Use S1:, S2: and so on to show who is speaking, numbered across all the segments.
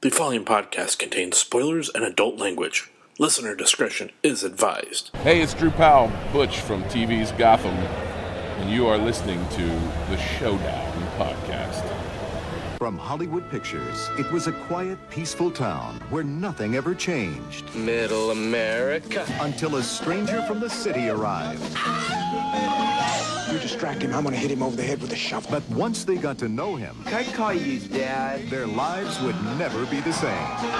S1: The following podcast contains spoilers and adult language. Listener discretion is advised.
S2: Hey, it's Drew Powell, Butch from TV's Gotham, and you are listening to the Showdown Podcast.
S3: From Hollywood Pictures, it was a quiet, peaceful town where nothing ever changed
S4: Middle America.
S3: until a stranger from the city arrived.
S5: You distract him, I'm gonna hit him over the head with a shovel.
S3: But once they got to know him,
S6: I call you dad.
S3: their lives would never be the same.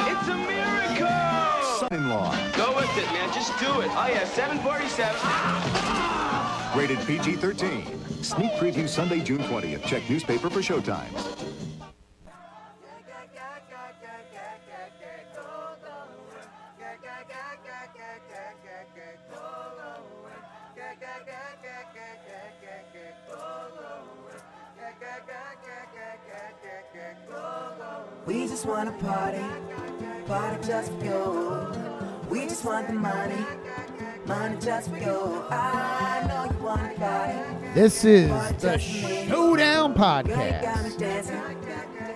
S6: It's a miracle!
S3: Son-in-law,
S6: Go with it, man. Just do it. Oh, yeah, 747.
S3: rated PG-13. Sneak preview Sunday, June 20th. Check newspaper for showtimes.
S7: We just wanna party, party just for you. We just want the money, money just for you. I know you wanna party.
S8: This is
S7: party
S8: the
S7: just for me. Girl,
S8: Showdown
S7: you got me dancing,
S8: Podcast.
S7: dancing,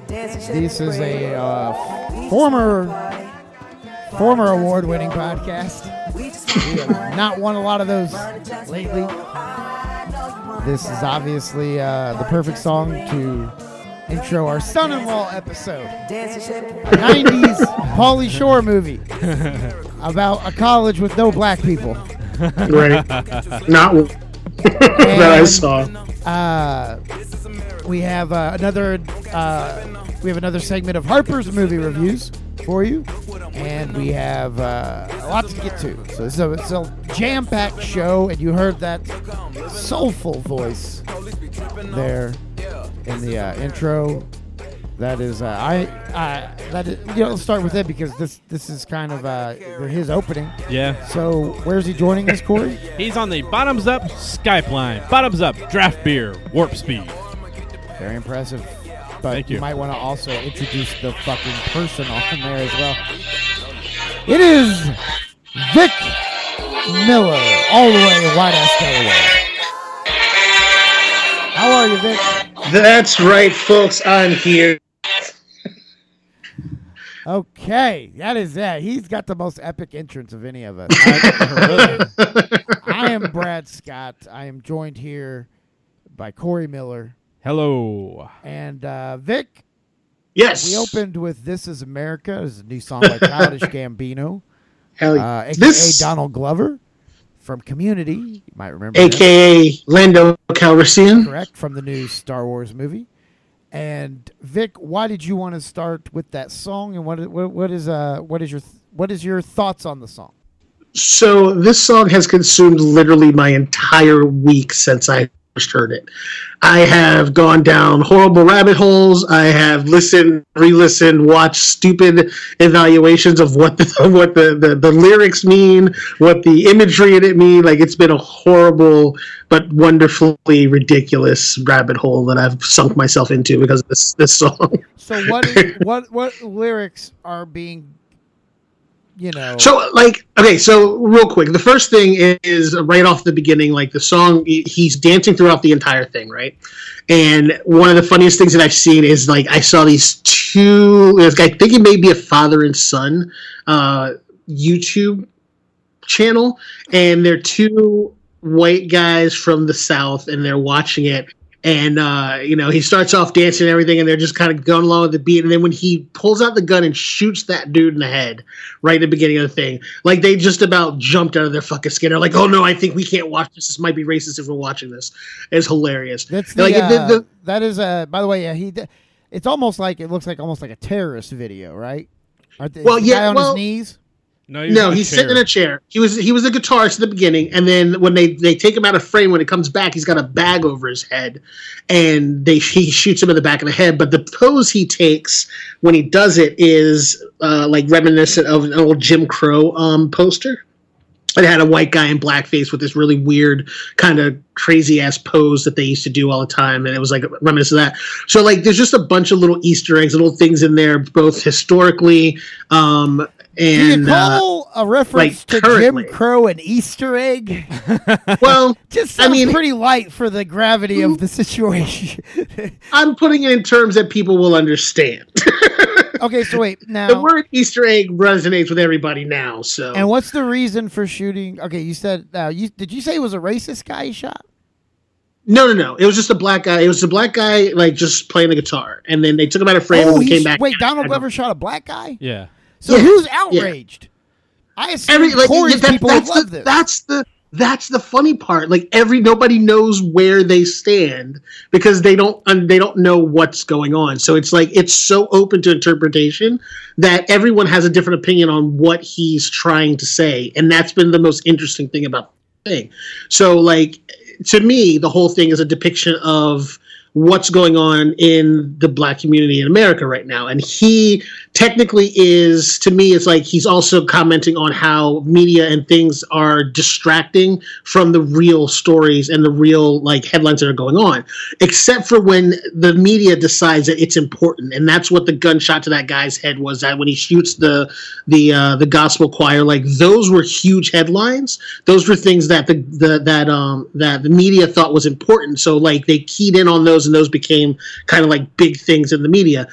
S8: This
S7: shaking,
S8: is a
S7: breaking.
S8: uh,
S7: We just
S8: former-
S7: wanna party, party
S8: former
S7: just for
S8: award winning
S7: you.
S8: podcast.
S7: We just want
S8: We
S7: the
S8: have
S7: money,
S8: not won a lot of those
S7: money just for
S8: lately.
S7: you. I know you wanna
S8: This is
S7: party.
S8: obviously uh, the perfect song to intro our son in law episode
S7: Dancing, shaking,
S8: 90s Pauly Shore movie about a college with no black people.
S9: right? Not one that I
S8: And-
S9: saw.
S8: Uh, we have uh, another uh, we have another segment of Harper's movie reviews for you, and we have uh, a lot to get to. So this is a, it's a jam-packed show, and you heard that soulful voice there in the uh, intro. That is uh, I I that is, you know let's start with it because this this is kind of uh, his opening.
S10: Yeah.
S8: So where's he joining us, Corey?
S10: He's on the bottoms up Skype line. Bottoms up draft beer, warp speed.
S8: Very impressive. But
S10: Thank
S8: you.
S10: you.
S8: might want to also introduce the fucking person on there as well. It is Vic Miller, all the way in White Ass Delaware. How are you, Vic?
S9: That's right, folks. I'm here.
S8: Okay, that is that. He's got the most epic entrance of any of us. I, I am Brad Scott. I am joined here by Corey Miller
S10: Hello.
S8: and uh, Vic.
S9: Yes.
S8: We opened with "This Is America," this is a new song by Childish Gambino.
S9: Hell
S8: uh,
S9: yeah.
S8: aka
S9: this,
S8: Donald Glover from Community. You might remember, him,
S9: aka Lando Calrissian.
S8: correct from the new Star Wars movie. And Vic, why did you want to start with that song? And what what, what is uh what is your what is your thoughts on the song?
S9: So this song has consumed literally my entire week since I first heard it. I have gone down horrible rabbit holes. I have listened, re-listened, watched stupid evaluations of what the what the, the, the lyrics mean, what the imagery in it mean. Like it's been a horrible but wonderfully ridiculous rabbit hole that I've sunk myself into because of this this song.
S8: So what is, what what lyrics are being, you know?
S9: So, like, okay, so real quick, the first thing is right off the beginning, like the song, he- he's dancing throughout the entire thing, right? And one of the funniest things that I've seen is like I saw these two, like, I think it may be a father and son uh, YouTube channel, and they're two white guys from the South, and they're watching it. And uh, you know he starts off dancing and everything, and they're just kind of going along with the beat. And then when he pulls out the gun and shoots that dude in the head, right at the beginning of the thing. Like they just about jumped out of their fucking skin. They're like, "Oh no, I think we can't watch this. This might be racist if we're watching this." It's hilarious.
S8: That's the,
S9: And, like
S8: uh,
S9: the- the-
S8: that is uh by the way yeah, he d- it's almost like it looks like almost like a terrorist video right? Are the,
S9: Well,
S8: is the
S9: yeah,
S8: guy on his
S9: well-
S8: knees.
S10: No,
S9: no, he's sitting in a chair. He was he was a guitarist at the beginning, and then when they they take him out of frame, when it comes back, he's got a bag over his head, and they he shoots him in the back of the head. But the pose he takes when he does it is uh, like reminiscent of an old Jim Crow um, poster. It had a white guy in blackface with this really weird, kind of crazy ass pose that they used to do all the time, and it was like reminiscent of that. So like, there's just a bunch of little Easter eggs, little things in there, both historically. Um,
S8: Do you
S9: and uh,
S8: call a reference
S9: like,
S8: to Jim
S9: currently.
S8: Crow an Easter egg?
S9: well,
S8: Just
S9: I
S8: sounds
S9: mean-
S8: pretty light for the gravity of the situation.
S9: I'm putting it in terms that people will understand.
S8: Okay, so wait now.
S9: the word Easter egg resonates with everybody now. So
S8: Oh. and what's the reason for shooting? Okay, you said uh, you did you say it was a racist guy he shot?
S9: no, no, no. It was just a black guy. It was a black guy like just playing the guitar, and then they took him out of frame and he
S8: Oh, he
S9: came
S8: sh-
S9: back.
S8: wait, Donald
S9: I don't-
S8: Glover shot a black guy.
S10: Yeah.
S8: So
S9: Yeah,
S8: who's
S9: yeah.
S8: outraged? I assume
S9: Every like
S8: Corey's
S9: yeah, that-
S8: people would
S9: that's
S8: love
S9: the
S8: this.
S9: that's the that's the funny part. Like every nobody knows where they stand because they don't um, they don't know what's going on. So it's like it's so open to interpretation that everyone has a different opinion on what he's trying to say, and that's been the most interesting thing about the thing. So like to me, the whole thing is a depiction of what's going on in the black community in America right now. And he technically is, to me, it's like he's also commenting on how media and things are distracting from the real stories and the real like headlines that are going on, except for when the media decides that it's important. And that's what the gunshot to that guy's head was that when he shoots the, the, uh, the gospel choir, like those were huge headlines. Those were things that the, the, that, um, that the media thought was important. So like they keyed in on those and those became kind of like big things in the media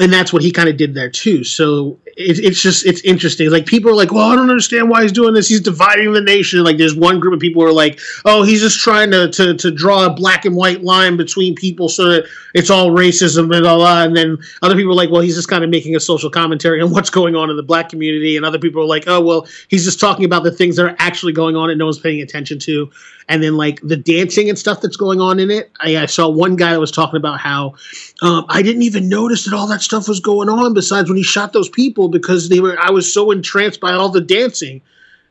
S9: and that's what he kind of did there too. So it, it's just it's interesting. Like people are like, well, I don't understand why he's doing this. He's dividing the nation. Like there's one group of people who are like, oh, he's just trying to to, to draw a black and white line between people so that it's all racism and all that. And then other people are like, well, he's just kind of making a social commentary on what's going on in the black community. And other people are like, oh, well, he's just talking about the things that are actually going on and no one's paying attention to. And then like the dancing and stuff that's going on in it. I, I saw one guy that was talking about how um, I didn't even notice that all that stuff was going on besides when he shot those people because they were I was so entranced by all the dancing.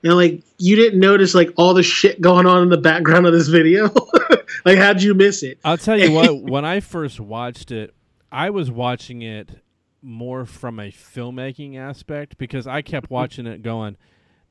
S9: And like you didn't notice like all the shit going on in the background of this video. like how'd you miss it?
S8: Uh,
S10: I'll tell you what, when I first watched it, I was watching it more from a filmmaking aspect because I kept watching it going,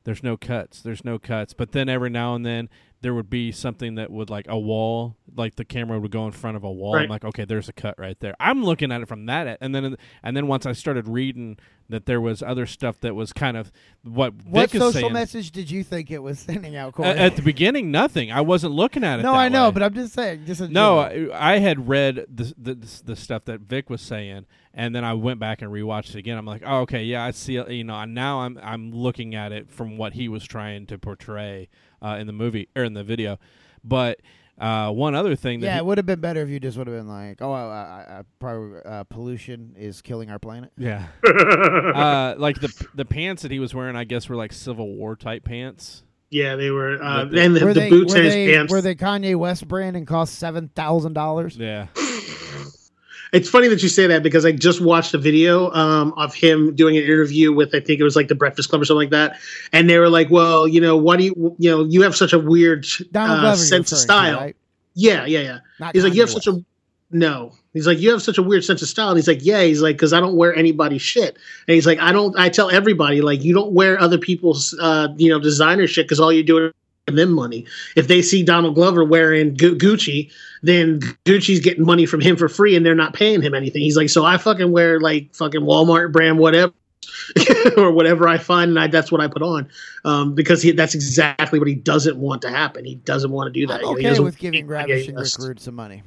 S10: there's no cuts, there's no cuts. But then every now and then there would be something that would like a wall, like the camera would go in front of a wall. I'm
S9: Right.
S10: like, okay, there's a cut right there. I'm looking at it from that e- and then and then once I started reading that there was other stuff that was kind of what
S8: what
S10: Vic is
S8: social
S10: saying.
S8: message did you think it was sending out,
S10: A-
S8: Corey?
S10: at the beginning, nothing. I wasn't looking at it.
S8: no,
S10: that
S8: I know,
S10: way.
S8: but I'm just saying. Just in
S10: No,
S8: general.
S10: I, I had read the, the the stuff that Vic was saying, and then I went back and rewatched it again. I'm like, oh, okay, yeah, I see. it," You know, and now I'm I'm looking at it from what he was trying to portray uh, in the movie or in the video. But uh, one other thing that
S8: yeah,
S10: he-
S8: it would have been better if you just would have been like, "Oh, I, I, I probably uh, pollution is killing our planet."
S10: Yeah. uh, like the the pants that he was wearing, I guess, were like Civil War type pants.
S9: Yeah, they were uh,
S10: But the-
S9: and the,
S8: were
S9: the
S8: they
S9: boots
S8: were
S9: and his
S8: they,
S9: pants.
S8: were they Kanye West brand and cost seven thousand dollars?
S10: Yeah.
S9: It's funny that you say that because I just watched a video um, of him doing an interview with I think it was like the Breakfast Club or something like that, and they were like, "Well, you know, why do you you know you have such a weird
S8: Donald
S9: uh,
S8: Glover you're
S9: sense of
S8: referring to,
S9: style?"
S8: right?
S9: Yeah, yeah, yeah.
S8: Not
S9: he's like, you have
S8: Kanye
S9: such a no. He's like, you have such a weird sense of style. And he's like, yeah. He's like, because I don't wear anybody's shit. And he's like, I don't. I tell everybody like, you don't wear other people's uh, you know designer shit because all you're doing is giving them money. If they see Donald Glover wearing Gu- Gucci, then Gucci's getting money from him for free, and they're not paying him anything. He's like, so I fucking wear like fucking Walmart brand whatever. or whatever I find, and I, that's what I put on, um, because he, that's exactly what he doesn't want to happen. He doesn't want to do that.
S8: I'm
S9: He
S8: okay
S9: doesn't-
S8: with giving ravishing
S9: Yes.
S8: recruit some money.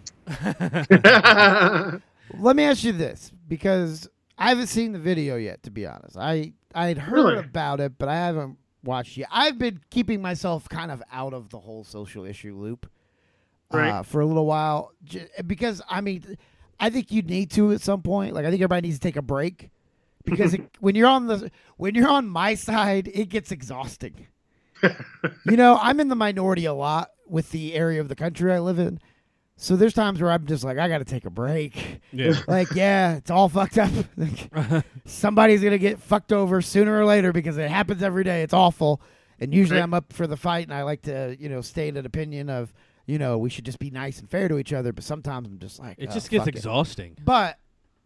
S8: Uh,
S9: yeah,
S8: Let me ask you this because I haven't seen the video yet. To be honest, I I had heard
S9: Really?
S8: about it, but I haven't watched it. I've been keeping myself kind of out of the whole social issue loop uh,
S9: Right.
S8: for a little while j- because I mean, I think you need to at some point. Like I think everybody needs to take a break because it, when you're on the when you're on my side, it gets exhausting. you know, I'm in the minority a lot with the area of the country I live in. So there's times where I'm just like, I got to take a break.
S10: Yeah.
S8: Like, yeah, it's all fucked up. Like, somebody's gonna get fucked over sooner or later because it happens every day. It's awful. And usually I'm up for the fight, and I like to, you know, stay in an opinion of, you know, we should just be nice and fair to each other. But sometimes I'm just like,
S10: It
S8: "Oh,
S10: just gets
S8: fuck it."
S10: exhausting.
S8: But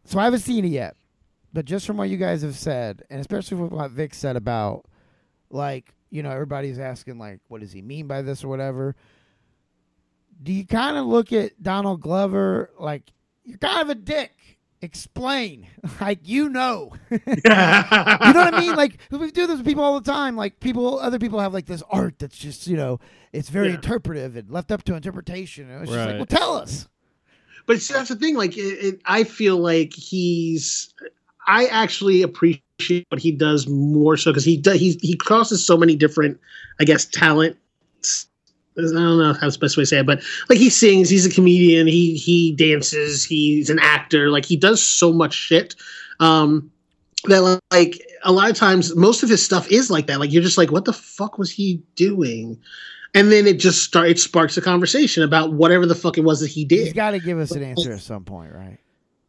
S8: so I haven't seen it yet. But just from what you guys have said, and especially with what Vic said about, like, you know, everybody's asking, like, what does he mean by this or whatever. Do you kind of look at Donald Glover like you're kind of a dick? Explain, like you know, you know what I mean. Like we do this with people all the time. Like people, other people have like this art that's just you know, it's very
S9: Yeah.
S8: interpretive and left up to interpretation. And it's just like,
S10: Right.
S8: well, tell us.
S9: but see, that's the thing. Like, it, it, I feel like he's. I actually appreciate what he does more so because he does he he crosses so many different, I guess, talents. I don't know how the best way to say it, but like he sings, he's a comedian, he he dances, he's an actor, like he does so much shit. Um, that like a lot of times most of his stuff is like that. Like you're just like, what the fuck was he doing? And then it just start it sparks a conversation about whatever the fuck it was that he
S8: He's
S9: did.
S8: got to give us an answer at some point, right?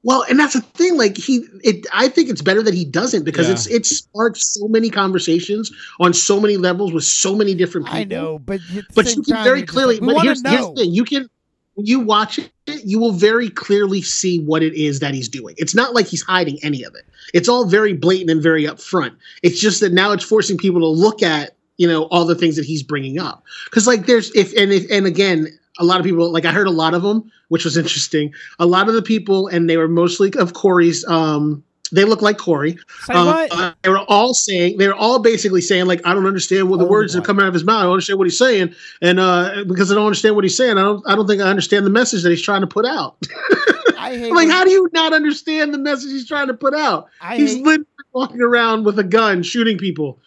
S9: Well, and that's the thing. Like he, it, I think it's better that he doesn't because
S10: Yeah.
S9: it's it sparks so many conversations on so many levels with so many different people.
S8: I know, but at the
S9: but
S8: same
S9: you can
S8: time,
S9: very
S8: you're just
S9: clearly.
S8: like, we
S9: but
S8: wanna
S9: here's, here's
S8: know.
S9: the thing: you can when you watch it, you will very clearly see what it is that he's doing. It's not like he's hiding any of it. It's all very blatant and very upfront. It's just that now it's forcing people to look at you know all the things that he's bringing up because like there's if and if and again a lot of people like I heard a lot of them, which was interesting. A lot of the people and they were mostly of Corey's. um they look like Corey.
S10: Say
S9: Um,
S10: what?
S9: uh, they were all saying they were all basically saying like I don't understand what the words that are coming out of his mouth. I don't understand what he's saying, and uh, because I don't understand what he's saying, I don't I don't think I understand the message that he's trying to put out.
S8: I hate
S9: I'm like,
S8: when-
S9: how do you not understand the message he's trying to put out?
S8: I
S9: he's
S8: hate-
S9: literally walking around with a gun shooting people.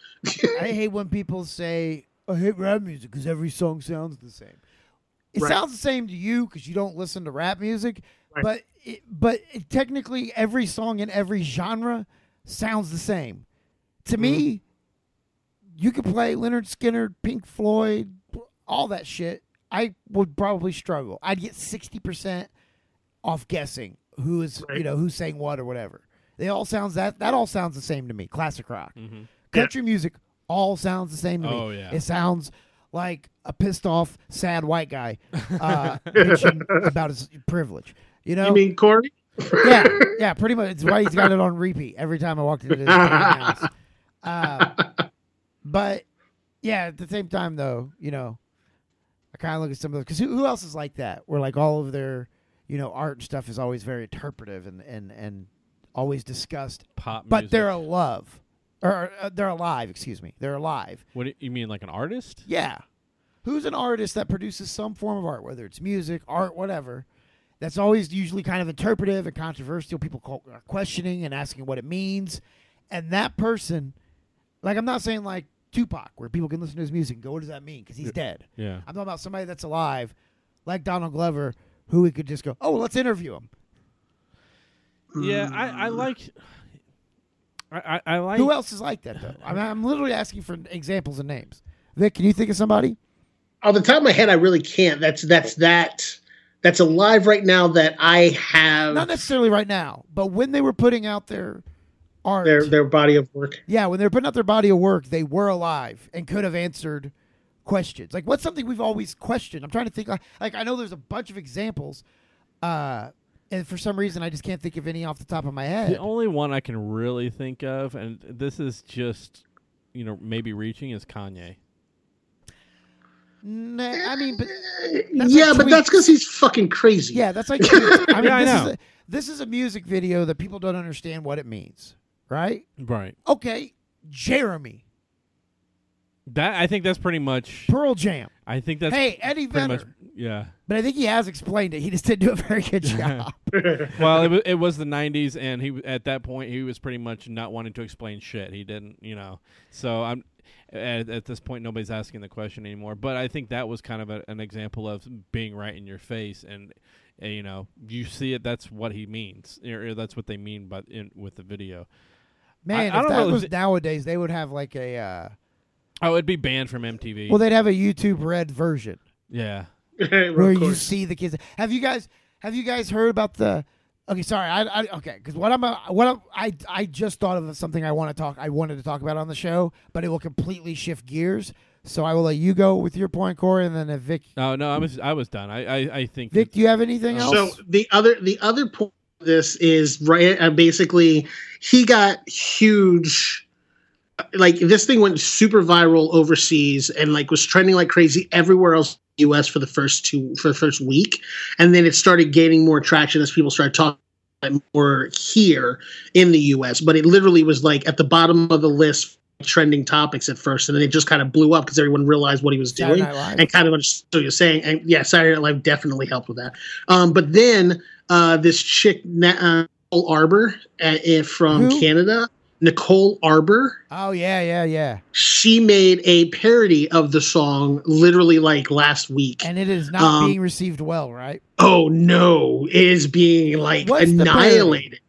S8: I hate when people say, I hate rap music because every song sounds the same. It
S9: Right.
S8: sounds the same to you because you don't listen to rap music,
S9: Right.
S8: but it, but it, technically every song in every genre sounds the same. To
S9: Mm-hmm.
S8: me, you could play Leonard Skinner, Pink Floyd, all that shit. I would probably struggle. I'd get 60% off guessing who is, you
S9: Right.
S8: know, who's saying what or whatever. They all sounds that that all sounds the same to me. Classic rock. Country music all sounds the same to
S10: Mm-hmm. Oh,
S8: me.
S10: yeah.
S8: It sounds like a pissed off, sad white guy uh, bitching about his privilege. You know,
S9: I mean, Corey,
S8: yeah, yeah, pretty much. It's why he's got it on repeat every time I walked into this damn house. Uh, but yeah, at the same time though, you know, I kind of look at some of those because who, who else is like that? Where like all of their, you know, art and stuff is always very interpretive and and and always discussed,
S10: Pop
S8: but
S10: music.
S8: they're alive or uh, they're alive. Excuse me, they're alive.
S10: What do you mean, like an artist?
S8: Yeah. Who's an artist that produces some form of art, whether it's music, art, whatever, that's always usually kind of interpretive and controversial. People call, are questioning and asking what it means. And that person, like, I'm not saying like Tupac, where people can listen to his music and go, what does that mean? Because he's dead.
S10: Yeah.
S8: I'm talking about somebody that's alive, like Donald Glover, who we could just go, oh, well, let's interview him. Mm.
S10: Yeah, I, I like. I, I, I like.
S8: Who else is like that, though? I'm, I'm literally asking for examples and names. Vic, can you think of somebody?
S9: off the top of my head, I really can't. That's that's that that's alive right now that I have
S8: Not necessarily right now, but when they were putting out their art.
S9: their their body of work.
S8: Yeah, when they were putting out their body of work, they were alive and could have answered questions. Like, what's something we've always questioned? I'm trying to think. Like, like, I know there's a bunch of examples, uh, and for some reason, I just can't think of any off the top of my head.
S10: The only one I can really think of, and this is just, you know, maybe reaching, is Kanye.
S8: Nah, I mean, but
S9: yeah,
S8: like
S9: but that's
S8: tweets.
S9: because he's fucking crazy.
S8: yeah, that's like. I mean,
S10: Yeah, I
S8: this,
S10: know.
S8: Is a, this is a music video that people don't understand what it means, right?
S10: Right.
S8: Okay, Jeremy,
S10: That I think that's pretty much.
S8: Pearl Jam.
S10: I think that's
S8: Hey, Eddie
S10: pretty much.
S8: Vedder.
S10: Yeah.
S8: But I think he has explained it. He just didn't do a very good job.
S10: Well, it, wa- it was the '90s, and he at that point he was pretty much not wanting to explain shit. He didn't, you know. So I'm at, at this point nobody's asking the question anymore. But I think that was kind of a, an example of being right in your face, and uh, you know, you see it. That's what he means, or, or that's what they mean by in, with the video.
S8: Man,
S10: I
S8: if
S10: don't
S8: that
S10: know if
S8: was
S10: it-
S8: nowadays, they would have like a. Uh,
S10: Oh, it'd be banned from MTV.
S8: Well, they'd have a YouTube Red version
S10: yeah.
S8: where
S9: of
S8: you
S9: course.
S8: see the kids. Have you guys have you guys heard about the? Okay, sorry. I, I okay because what I'm uh, what I'm, I I just thought of something I want to talk. I wanted to talk about on the show, but it will completely shift gears. So I will let you go with your point, Corey, and then if Vic
S10: Oh no, I was I was done. I I, I think
S8: Vic, do you have anything else?
S9: So the other the other point of this is right. Uh, basically, he got huge. uh, Like this thing went super viral overseas and like was trending like crazy everywhere else. in the U.S. for the first two for the first week, and then it started gaining more traction as people started talking about it more here in the U.S. But it literally was like at the bottom of the list trending topics at first, and then it just kind of blew up because everyone realized what he was
S8: Saturday
S9: doing
S8: Night Live.
S9: and kind of understood what you're saying. And yeah, Saturday Night Live definitely helped with that. Um, but then uh, this chick, Na- uh, Arbor at, eh, from
S8: Who?
S9: Canada. Nicole Arbor.
S8: Oh yeah, yeah, yeah.
S9: She made a parody of the song literally like last week.
S8: And it is not
S9: Um,
S8: being received well, right?
S9: oh no, it is being like
S8: What's the parody?
S9: annihilated.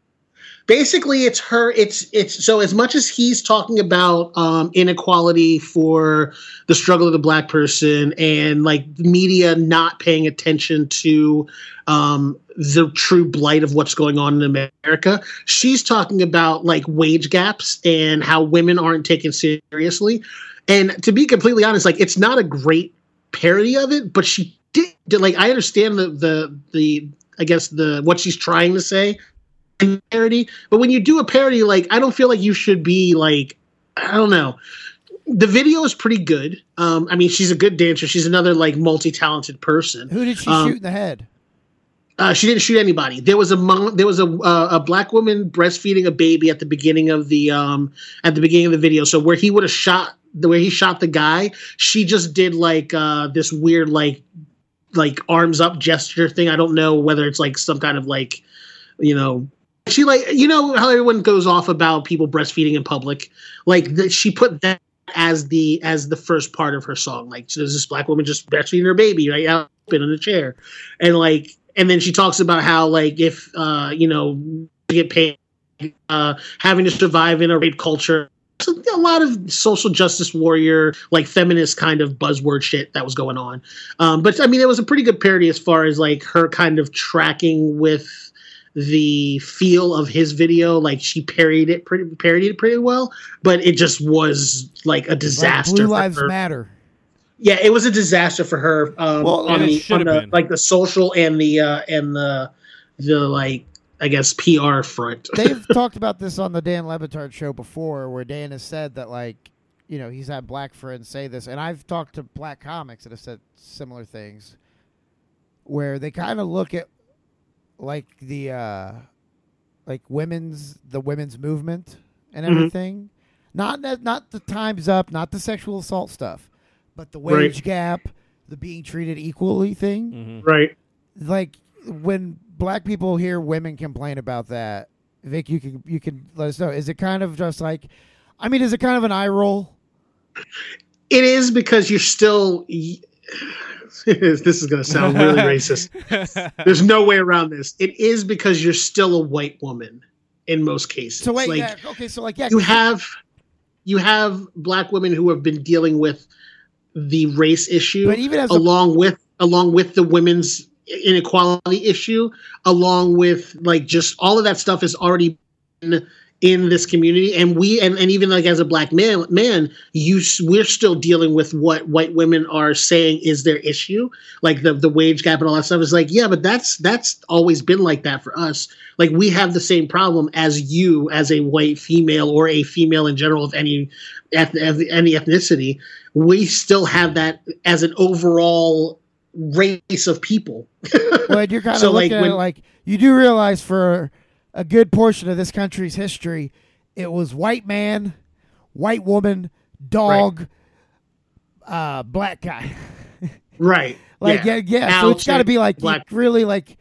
S9: Basically, it's her. It's it's so as much as he's talking about um, inequality for the struggle of the black person and like media not paying attention to um, the true blight of what's going on in America. She's talking about like wage gaps and how women aren't taken seriously. And to be completely honest, like it's not a great parody of it, but she did, did like I understand the the the I guess the what she's trying to say in parody, but when you do a parody, like I don't feel like you should be like I don't know. The video is pretty good. Um, I mean, she's a good dancer. She's another like multi-talented person
S8: Who did she
S9: um,
S8: shoot in the head?
S9: uh, she didn't shoot anybody. There was a mom, there was a uh, a black woman breastfeeding a baby at the beginning of the um at the beginning of the video. So where he would have shot the where he shot the guy, she just did like uh this weird like like arms up gesture thing. I don't know whether it's like some kind of like you know she like you know how everyone goes off about people breastfeeding in public like that she put that as the as the first part of her song like so there's this black woman just breastfeeding her baby right out open in a chair and like and then she talks about how like if uh you know you get paid uh having to survive in a rape culture so a lot of social justice warrior like feminist kind of buzzword shit that was going on um but i mean it was a pretty good parody as far as like her kind of tracking with the feel of his video like she parried it pretty parodied it pretty well but it just was like a
S8: Like Blue
S9: disaster for
S8: Lives
S9: her.
S8: Matter.
S9: yeah it was a disaster for her um
S10: Well, and
S9: on
S10: it
S9: the,
S10: should
S9: on
S10: have
S9: the
S10: been.
S9: like the social and the uh and the the like i guess pr front
S8: They've talked about this on the Dan Levitard show before, where Dan has said that like, you know, he's had black friends say this, and I've talked to black comics that have said similar things, where they kind of look at like the uh like women's the women's movement and
S9: Mhm.
S8: everything, not that not the times up, not the sexual assault stuff, but the
S9: Right.
S8: wage gap, the being treated equally thing
S10: Mm.
S9: right
S8: like when black people hear women complain about that, Vic, you can you can let us know. Is it kind of just like, I mean, is it kind of an eye roll?
S9: it is because you're still y- this is going to sound really racist there's no way around this it is because you're still a white woman in most cases
S8: So wait,
S9: like
S8: yeah, okay, so like yeah,
S9: you have you have black women who have been dealing with the race issue
S8: but even as a,
S9: along with along with the women's inequality issue along with like just all of that stuff is already in, in this community and we and, and even like as a black man man you s- we're still dealing with what white women are saying is their issue like the the wage gap and all that stuff is like yeah but that's that's always been like that for us like we have the same problem as you as a white female or a female in general of any eth- of any ethnicity we still have that as an overall race of people
S8: but you're kind of
S9: so, like,
S8: looking at it
S9: when-
S8: like you do realize for a good portion of this country's history, it was white man, white woman, dog, uh, black guy.
S9: right
S8: Like yeah, yeah. so it's got to be like you
S9: black
S8: really like,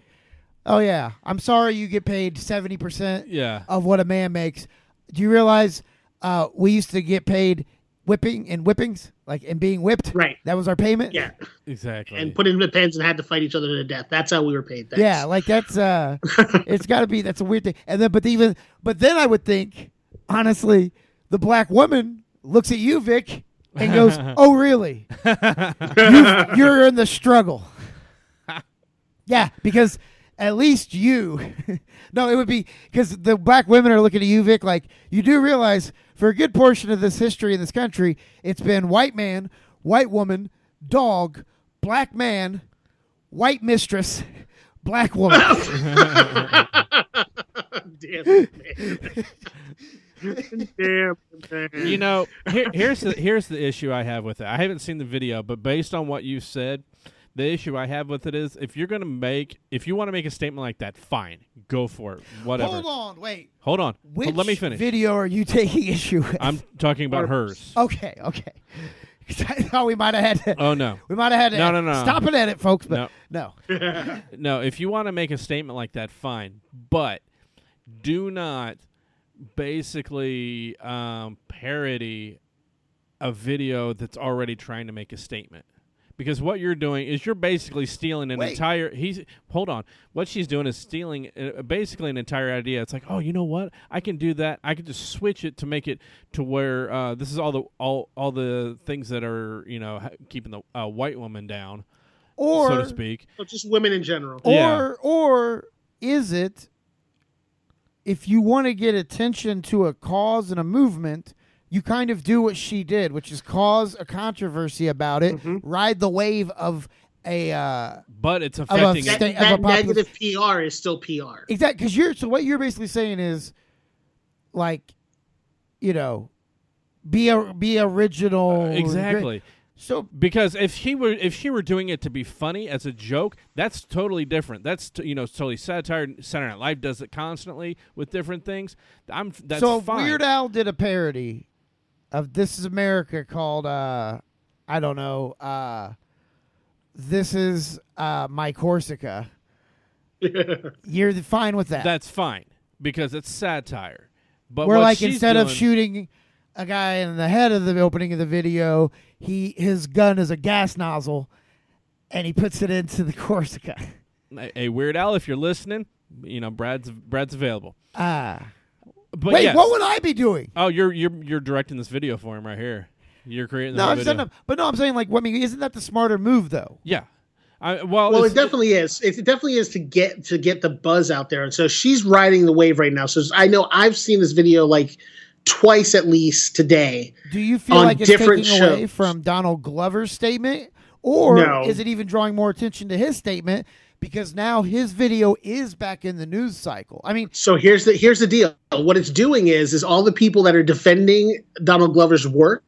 S8: oh yeah. I'm sorry you get paid seventy percent
S10: Yeah.
S8: of what a man makes. Do you realize uh, we used to get paid whipping and whippings, like and being whipped?
S9: Right.
S8: That was our payment.
S9: yeah
S10: Exactly.
S9: and put in the pens and had to fight each other to death that's how we were paid Thanks.
S8: Yeah, like that's uh it's got to be that's a weird thing. And then but even but then I would think honestly, the black woman looks at you, Vic, and goes, "Oh, really? you you're in the struggle." yeah, because at least you No, it would be cuz the black women are looking at you, Vic, like you do realize for a good portion of this history in this country, it's been white man, white woman, dog, black man, white mistress, black woman.
S9: damn man. damn man.
S10: you know, here, here's the here's the issue I have with it. I haven't seen the video, but based on what you said, the issue I have with it is if you're gonna make if you want to make a statement like that, fine, go for it. Whatever.
S8: Hold on, wait.
S10: Hold on.
S8: Which
S10: Let me finish.
S8: video are you taking issue with?
S10: I'm talking about hers.
S8: okay, okay. 'Cause I thought we might have had to.
S10: Oh, no.
S8: we might have had to.
S10: No, no, no.
S8: Stop and edit, folks. But no,
S10: No, if you want to make a statement like that, fine. But do not basically um, parody a video that's already trying to make a statement. Because what you're doing is you're basically stealing an
S8: Wait.
S10: entire. He's hold on. What she's doing is stealing uh, basically an entire idea. It's like, oh, you know what? I can do that. I can just switch it to make it to where uh, this is all the all all the things that are you know ha- keeping the uh, white woman down,
S8: or
S10: so to speak.
S9: So just women in general.
S8: or
S10: Yeah.
S8: or is it if you want to get attention to a cause and a movement you kind of do what she did which is cause a controversy about it ride the wave of a uh
S10: But it's
S8: a
S10: affecting.
S8: sta-
S10: it.
S8: That-
S9: That,
S8: Thing of a popular-
S9: negative PR is still PR.
S8: exact because you're so what you're basically saying is like you know be a be original
S10: Uh, Exactly.
S8: so
S10: because if he were if she were doing it to be funny as a joke, that's totally different. That's t- you know totally satire. Saturday Night Live does it constantly with different things. I'm that's
S8: so if
S10: fine.
S8: Weird Al did a parody of This Is America called uh I don't know, uh This is uh My Corsica. You're th- fine with that.
S10: that's fine because it's satire. But
S8: Where
S10: what
S8: like
S10: she's
S8: instead of
S10: doing-
S8: shooting a guy in the head of the opening of the video, he his gun is a gas nozzle and he puts it into the Corsica.
S10: a, a Weird Al, if you're listening, you know Brad's Brad's available.
S8: Ah.
S10: But
S8: Wait,
S10: yes.
S8: what would I be doing?
S10: oh, you're you're you're directing this video for him right here. You're creating the
S8: No,
S10: whole
S8: I'm
S10: video.
S8: saying, but no, I'm saying like, what I mean, isn't that the smarter move though?
S10: yeah. I, well, it's-
S9: Well, Oh, it definitely is. It definitely is to get to get the buzz out there, and so she's riding the wave right now. So I know I've seen this video like twice at least today.
S8: Do you feel
S9: on
S8: like it's taking
S9: different
S8: away
S9: shows.
S8: from Donald Glover's statement, or
S9: No.
S8: is it even drawing more attention to his statement because now his video is back in the news cycle? I mean,
S9: So here's the here's the deal. What it's doing is is all the people that are defending Donald Glover's work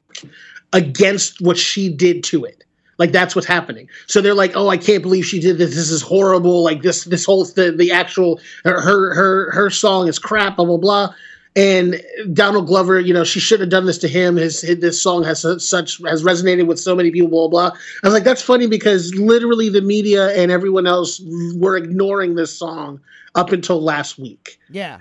S9: against what she did to it. Like that's what's happening. So they're like, "Oh, I can't believe she did this. This is horrible. Like this this whole the, the actual her her her her song is crap, blah blah blah." And Donald Glover, you know, she should have done this to him. His, his this song has su- such has resonated with so many people, blah blah. blah. I was like, that's funny because literally the media and everyone else were ignoring this song up until last week
S8: yeah,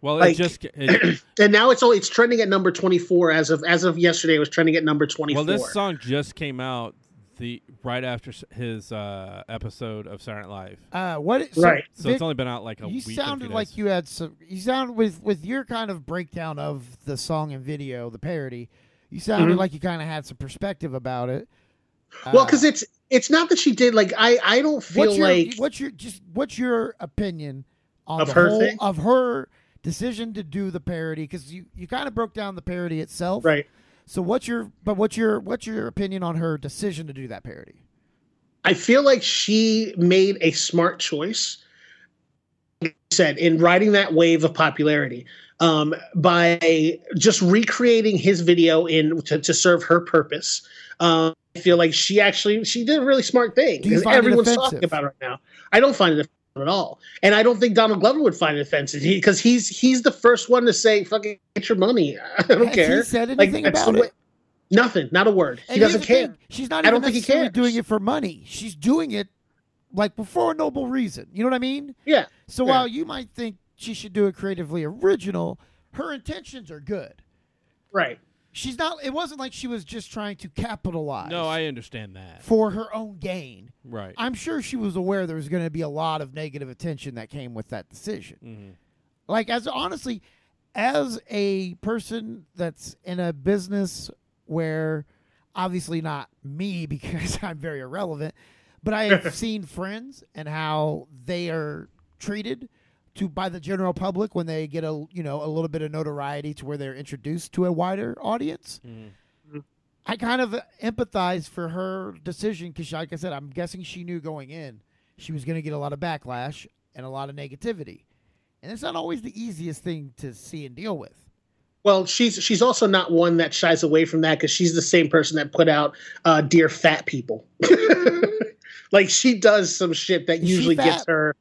S10: well, it
S9: like-
S10: just it,
S9: and now it's all it's trending at number 24 as of as of yesterday it was trending at number 24
S10: Well, this song just came out the right after s- his uh, episode of Silent Live,
S8: uh, what?
S9: Right.
S10: so it's only been out like a
S8: you
S10: week. and
S8: sounded
S10: few
S8: like
S10: days.
S8: you had some. You sound with with your kind of breakdown of the song and video, the parody. You sounded like you kind of had some perspective about it.
S9: Mm-hmm.
S8: Uh,
S9: well because it's it's not that she did like i i don't feel
S8: what's your,
S9: like
S8: what's your just what's your opinion on
S9: Of
S8: the
S9: her
S8: whole,
S9: thing?
S8: of her decision to do the parody because you you kind of broke down the parody itself
S9: right
S8: so what's your but what's your what's your opinion on her decision to do that parody
S9: i feel like she made a smart choice like I said in riding that wave of popularity um, by just recreating his video in to, to serve her purpose um, i feel like she actually she did a really smart thing
S8: Do you
S9: because
S8: find it
S9: everyone's
S8: offensive?
S9: talking about it right now i don't find it offensive at all and i don't think donald glover would find it offensive because he's he's the first one to say fucking get your money i don't
S8: Has he
S9: care
S8: said
S9: Like,
S8: anything
S9: that's the
S8: about it?
S9: way- nothing not a word
S8: And
S9: he doesn't
S8: here's the
S9: care
S8: thing, she's not
S9: I
S8: even
S9: don't think he
S8: necessarily
S9: cares.
S8: doing it for money she's doing it like for a noble reason you know what i mean
S9: yeah
S8: so
S9: Yeah.
S8: while you might think she should do it creatively original her intentions are good
S9: right
S8: she's not it wasn't like she was just trying to capitalize
S10: No, I understand that.
S8: for her own gain
S10: Right.
S8: I'm sure she was aware there was going to be a lot of negative attention that came with that decision. Like, as honestly, as a person that's in a business where obviously not me because I'm very irrelevant, but I have seen friends and how they are treated to by the general public when they get a you know a little bit of notoriety to where they're introduced to a wider audience. I kind of empathize for her decision because, like I said, I'm guessing she knew going in she was going to get a lot of backlash and a lot of negativity, and it's not always the easiest thing to see and deal with.
S9: Well, she's she's also not one that shies away from that because she's the same person that put out uh, "Dear Fat People." like she does some shit that
S8: she
S9: usually
S8: fat?
S9: gets her.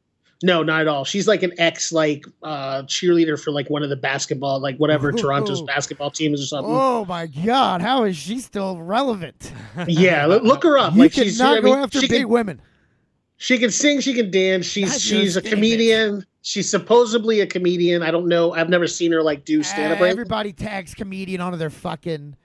S9: No, not at all. She's like an ex, like uh, cheerleader for like one of the basketball, like whatever Toronto's
S8: Ooh.
S9: basketball teams or something.
S8: Oh my God, how is she still relevant?
S9: Yeah, look, look her up.
S8: You
S9: like she's
S8: cannot
S9: I mean,
S8: go after
S9: she
S8: big
S9: could-
S8: women.
S9: She can sing, she can dance. She's she's a comedian. She's supposedly a comedian. I don't know. I've never seen her like do stand up.
S8: Uh, everybody tags comedian onto their fucking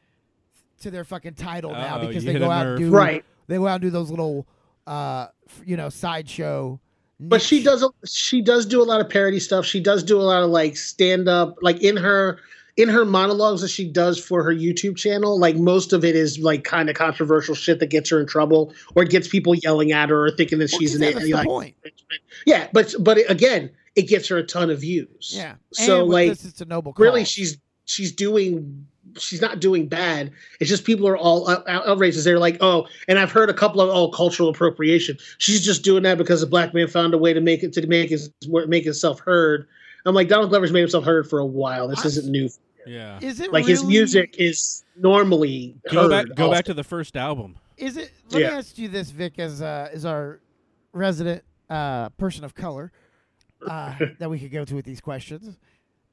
S8: to their fucking title now
S10: Uh-oh,
S8: because
S10: Oh, you
S8: they
S10: hit a
S8: go out and
S10: nerve.
S8: do
S9: Right.
S8: They go out and do those little, uh, f- you know, sideshow.
S9: but she does a- she does do a lot of parody stuff she does do a lot of like stand up like in her in her monologues that she does for her youtube channel like most of it is like kind of controversial shit that gets her in trouble or gets people yelling at her or thinking that she's an
S8: that's the
S9: like,
S8: point.
S9: yeah but but it- again it gets her a ton of views
S8: Yeah.
S9: so
S8: And with
S9: like
S8: this, it's a noble.
S9: really
S8: cause.
S9: she's she's doing she's not doing bad it's just people are all out- out- outraged they're like oh and i've heard a couple of oh cultural appropriation she's just doing that because a black man found a way to make it to make his make himself heard i'm like donald glover's made himself heard for a while this isn't new
S10: Yeah.
S8: Is it
S9: like his
S8: really-
S9: music is normally
S10: Go
S9: heard
S10: back go
S9: also.
S10: back to the first album.
S8: Is it? Let me
S9: Yeah.
S8: ask you this, Vic, as uh, as our resident uh, person of color uh, that we could go to with these questions.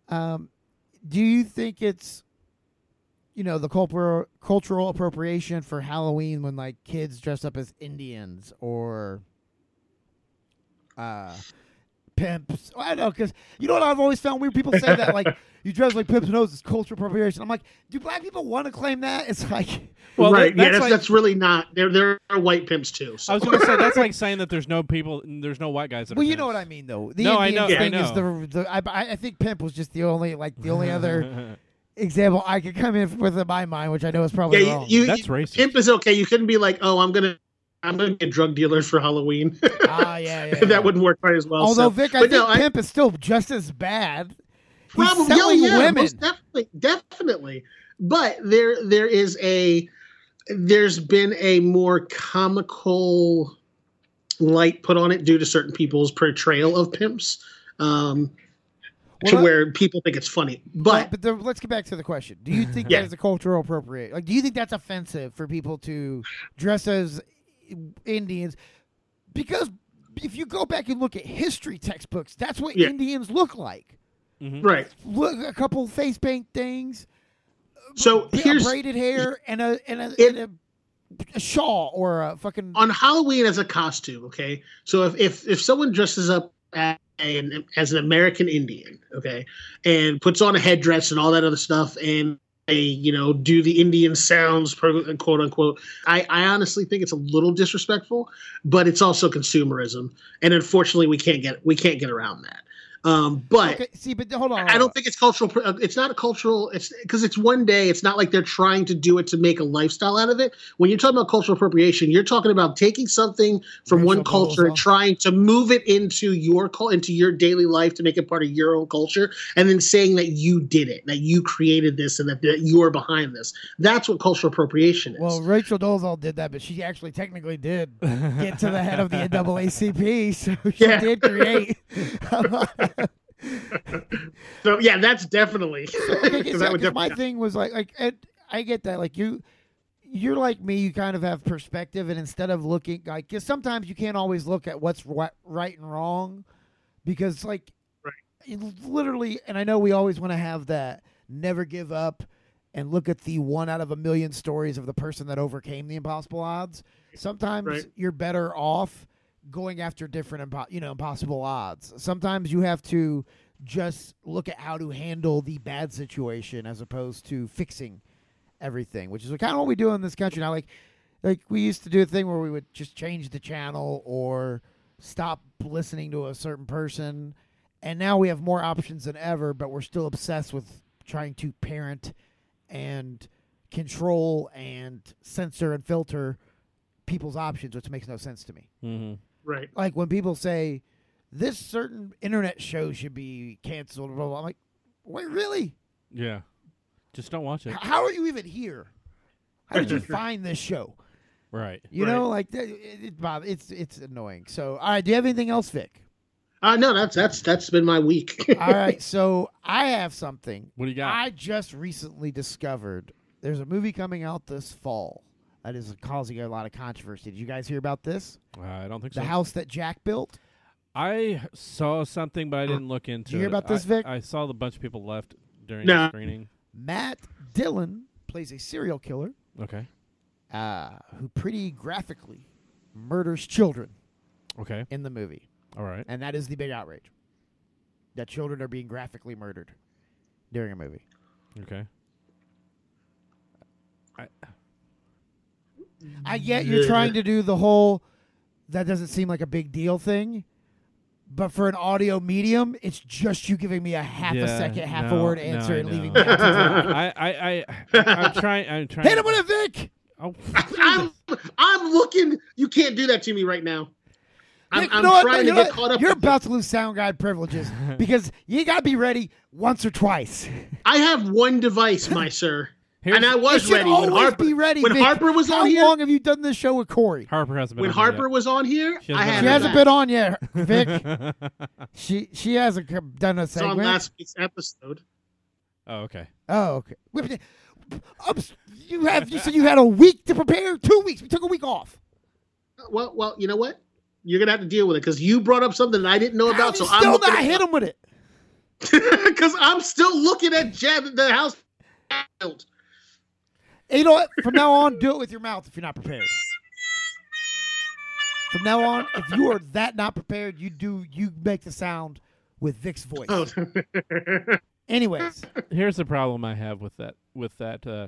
S8: Um, do you think it's, you know, the culpr- cultural appropriation for Halloween when like kids dress up as Indians or uh, pimps? I don't know because you know what I've always found weird people say that like you dress like pimps and hoes is cultural appropriation. I'm like, do black people want to claim that? It's like.
S10: Well,
S9: right
S10: that-
S9: yeah that's,
S10: like-
S9: that's really not there there are white pimps too so
S10: I was going to say that's like saying that there's no people there's no white guys Uh, that are
S8: Well, you know
S10: pimps.
S8: what I mean, though. The
S10: No, I
S8: Indian
S10: know- I
S8: thing is
S10: know.
S8: the the. I, I I think pimp was just the only like the only other example I could come in with in my mind, which I know is
S9: yeah
S8: probably
S9: you,
S8: wrong.
S9: you-
S10: That's racist.
S9: pimp is okay you couldn't be like oh i'm gonna i'm gonna be a drug dealer for halloween
S8: ah, yeah, yeah. yeah.
S9: that wouldn't work quite as well
S8: Although
S9: so-
S8: Vic, I
S9: but
S8: think
S9: no, I-
S8: pimp is still just as bad. He's
S9: Probably, oh,
S8: selling
S9: yeah,
S8: women.
S9: most definitely, definitely. But there, there is a, there's been a more comical light put on it due to certain people's portrayal of pimps, um, to
S8: Well,
S9: where people think it's funny.
S8: but
S9: But,
S8: but the, let's get back to the question. Do you think
S9: Yeah.
S8: that is a cultural appropriate? Like, do you think that's offensive for people to dress as Indians? Because if you go back and look at history textbooks, that's what
S9: Yeah.
S8: Indians look like.
S9: right,
S8: Look, a couple face paint things,
S9: so
S8: a
S9: here's
S8: braided hair, and a and a,
S9: It-
S8: and a, a shawl or a fucking.
S9: on Halloween as a costume. Okay, so if if, if someone dresses up as, an, as an American Indian, okay, and puts on a headdress and all that other stuff, and they you know do the Indian sounds, per- quote unquote. I I honestly think it's a little disrespectful, but it's also consumerism, and unfortunately we can't get we can't get around that. Um, but
S8: okay, see, but hold on. hold
S9: I
S8: on.
S9: don't think it's cultural. pr- uh, It's not a cultural. It's because it's one day. It's not like they're trying to do it to make a lifestyle out of it. When you're talking about cultural appropriation, you're talking about taking something from
S8: Racial
S9: one culture and
S8: balls, huh?
S9: trying to move it into your cul- into your daily life to make it part of your own culture, and then saying that you did it, that you created this, and that, that you are behind this. That's what cultural appropriation is.
S8: Well, Rachel Dolezal did that, but she actually technically did get to the head of the NAACP, so she
S9: Yeah.
S8: did create.
S9: so yeah, that's definitely.
S8: Okay, 'cause,
S9: 'cause
S8: yeah,
S9: that would
S8: 'cause my
S9: definitely-
S8: thing was like, like and I get that, like you, you're like me, you kind of have perspective, and instead of looking like, because sometimes you can't always look at what's right, right and wrong, because like, you literally, and I know we always want to have that never give up and look at the one out of a million stories of the person that overcame the impossible odds. Sometimes
S9: Right.
S8: you're better off going after different impo- you know impossible odds. Sometimes you have to just look at how to handle the bad situation as opposed to fixing everything, which is kind of what we do in this country now. Like, like we used to do a thing where we would just change the channel or stop listening to a certain person, and now we have more options than ever. But we're still obsessed with trying to parent and control and censor and filter people's options, which makes no sense to me
S9: right.
S8: like when people say this certain internet show should be canceled, blah, blah, blah, I'm like, wait, really?
S10: Yeah. Just don't watch it.
S8: H- How are you even here? How did you find this show?
S10: Right.
S8: You know, like that, it, it, Bob, it's it's annoying. So, all right, do you have anything else, Vic?
S9: Uh, no, that's that's that's been my week.
S8: All right, so I have something.
S10: What do you got?
S8: I just recently discovered there's a movie coming out this fall that is causing a lot of controversy. Did you guys hear about this?
S10: Uh, I don't think
S8: The
S10: so.
S8: house that Jack built.
S10: I saw something, but I didn't look into.
S8: you hear
S10: it.
S8: about this,
S10: I,
S8: Vic?
S10: I saw the bunch of people left during
S9: No.
S10: the screening.
S8: Matt Dillon plays a serial killer
S10: Okay.
S8: uh, who pretty graphically murders children.
S10: Okay.
S8: in the movie,
S10: All right.
S8: and that is the big outrage that children are being graphically murdered during a movie.
S10: Okay. I,
S8: I get you're
S9: Yeah.
S8: trying to do the whole that doesn't seem like a big deal thing, but for an audio medium, it's just you giving me a half a
S10: Yeah,
S8: second, half
S10: no,
S8: a word
S10: no,
S8: answer
S10: I
S8: and leaving
S10: know.
S8: me out to dry.
S10: I, I, I, I'm trying. I'm trying.
S8: Hit him with a Vic.
S10: Oh,
S9: I'm I'm looking. You can't do that to me right now. I'm,
S8: Vic,
S9: I'm
S8: you know what?
S9: trying
S8: You
S9: to
S8: know
S9: get
S8: what?
S9: caught up.
S8: You're
S9: with
S8: about to lose sound guy privileges because you got to be ready once or twice.
S9: it. I have one device, my sir,
S10: Here's-
S9: and I was
S8: you should
S9: ready
S8: always
S9: when Harper
S8: be ready.
S9: when
S8: Vic.
S9: Harper was
S8: How
S9: on here.
S8: long have you done this show with Corey?
S10: Harper hasn't been.
S9: when
S10: on there
S9: Harper was on here,
S10: She
S9: I
S10: hasn't
S9: had
S8: She
S10: Yeah,
S8: hasn't
S9: that.
S8: been on yet, Vic. she she hasn't c- done a
S9: It's on
S8: segment.
S9: last week's episode.
S10: yet. Oh, okay.
S8: Oh, okay. Wait, but- I'm s- You have you said you had a week to prepare. Two weeks. We took a week off.
S9: Well, well, you know what? You're gonna have to deal with it because you brought up something that I didn't know
S8: How
S9: about.
S8: have
S9: So
S8: you
S9: I'm
S8: still
S9: looking
S8: not
S9: at-
S8: hit him with it.
S9: Because I'm still looking at Jab the house. built.
S8: You know what? From now on, do it with your mouth if you're not prepared. From now on, if you are that not prepared, you do you make the sound with Vic's voice.
S9: Oh.
S8: Anyways,
S10: Here's the problem I have with that. With that, uh,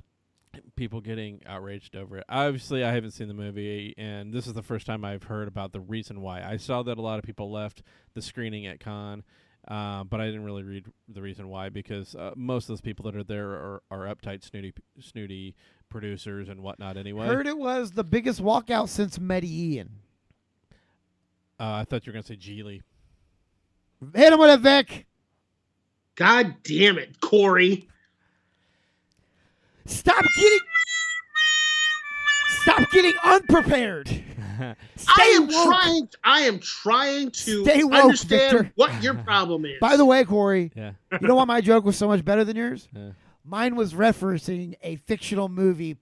S10: people getting outraged over it. Obviously, I haven't seen the movie, and this is the first time I've heard about the reason why. I saw that a lot of people left the screening at con. Uh, but I didn't really read the reason why because uh, most of those people that are there are, are uptight, snooty, snooty producers and whatnot. Anyway,
S8: heard it was the biggest walkout since Medellin.
S10: Uh, I thought you were going to say Geely.
S8: Hit him with it, Vic.
S9: God damn it, Corey!
S8: Stop getting. Stop getting unprepared. Stay
S9: I am
S8: woke.
S9: trying. I am trying to
S8: Stay woke,
S9: understand
S8: Victor.
S9: what your problem is.
S8: By the way, Corey,
S10: Yeah.
S8: you know why my joke was so much better than yours?
S10: Yeah.
S8: Mine was referencing a fictional movie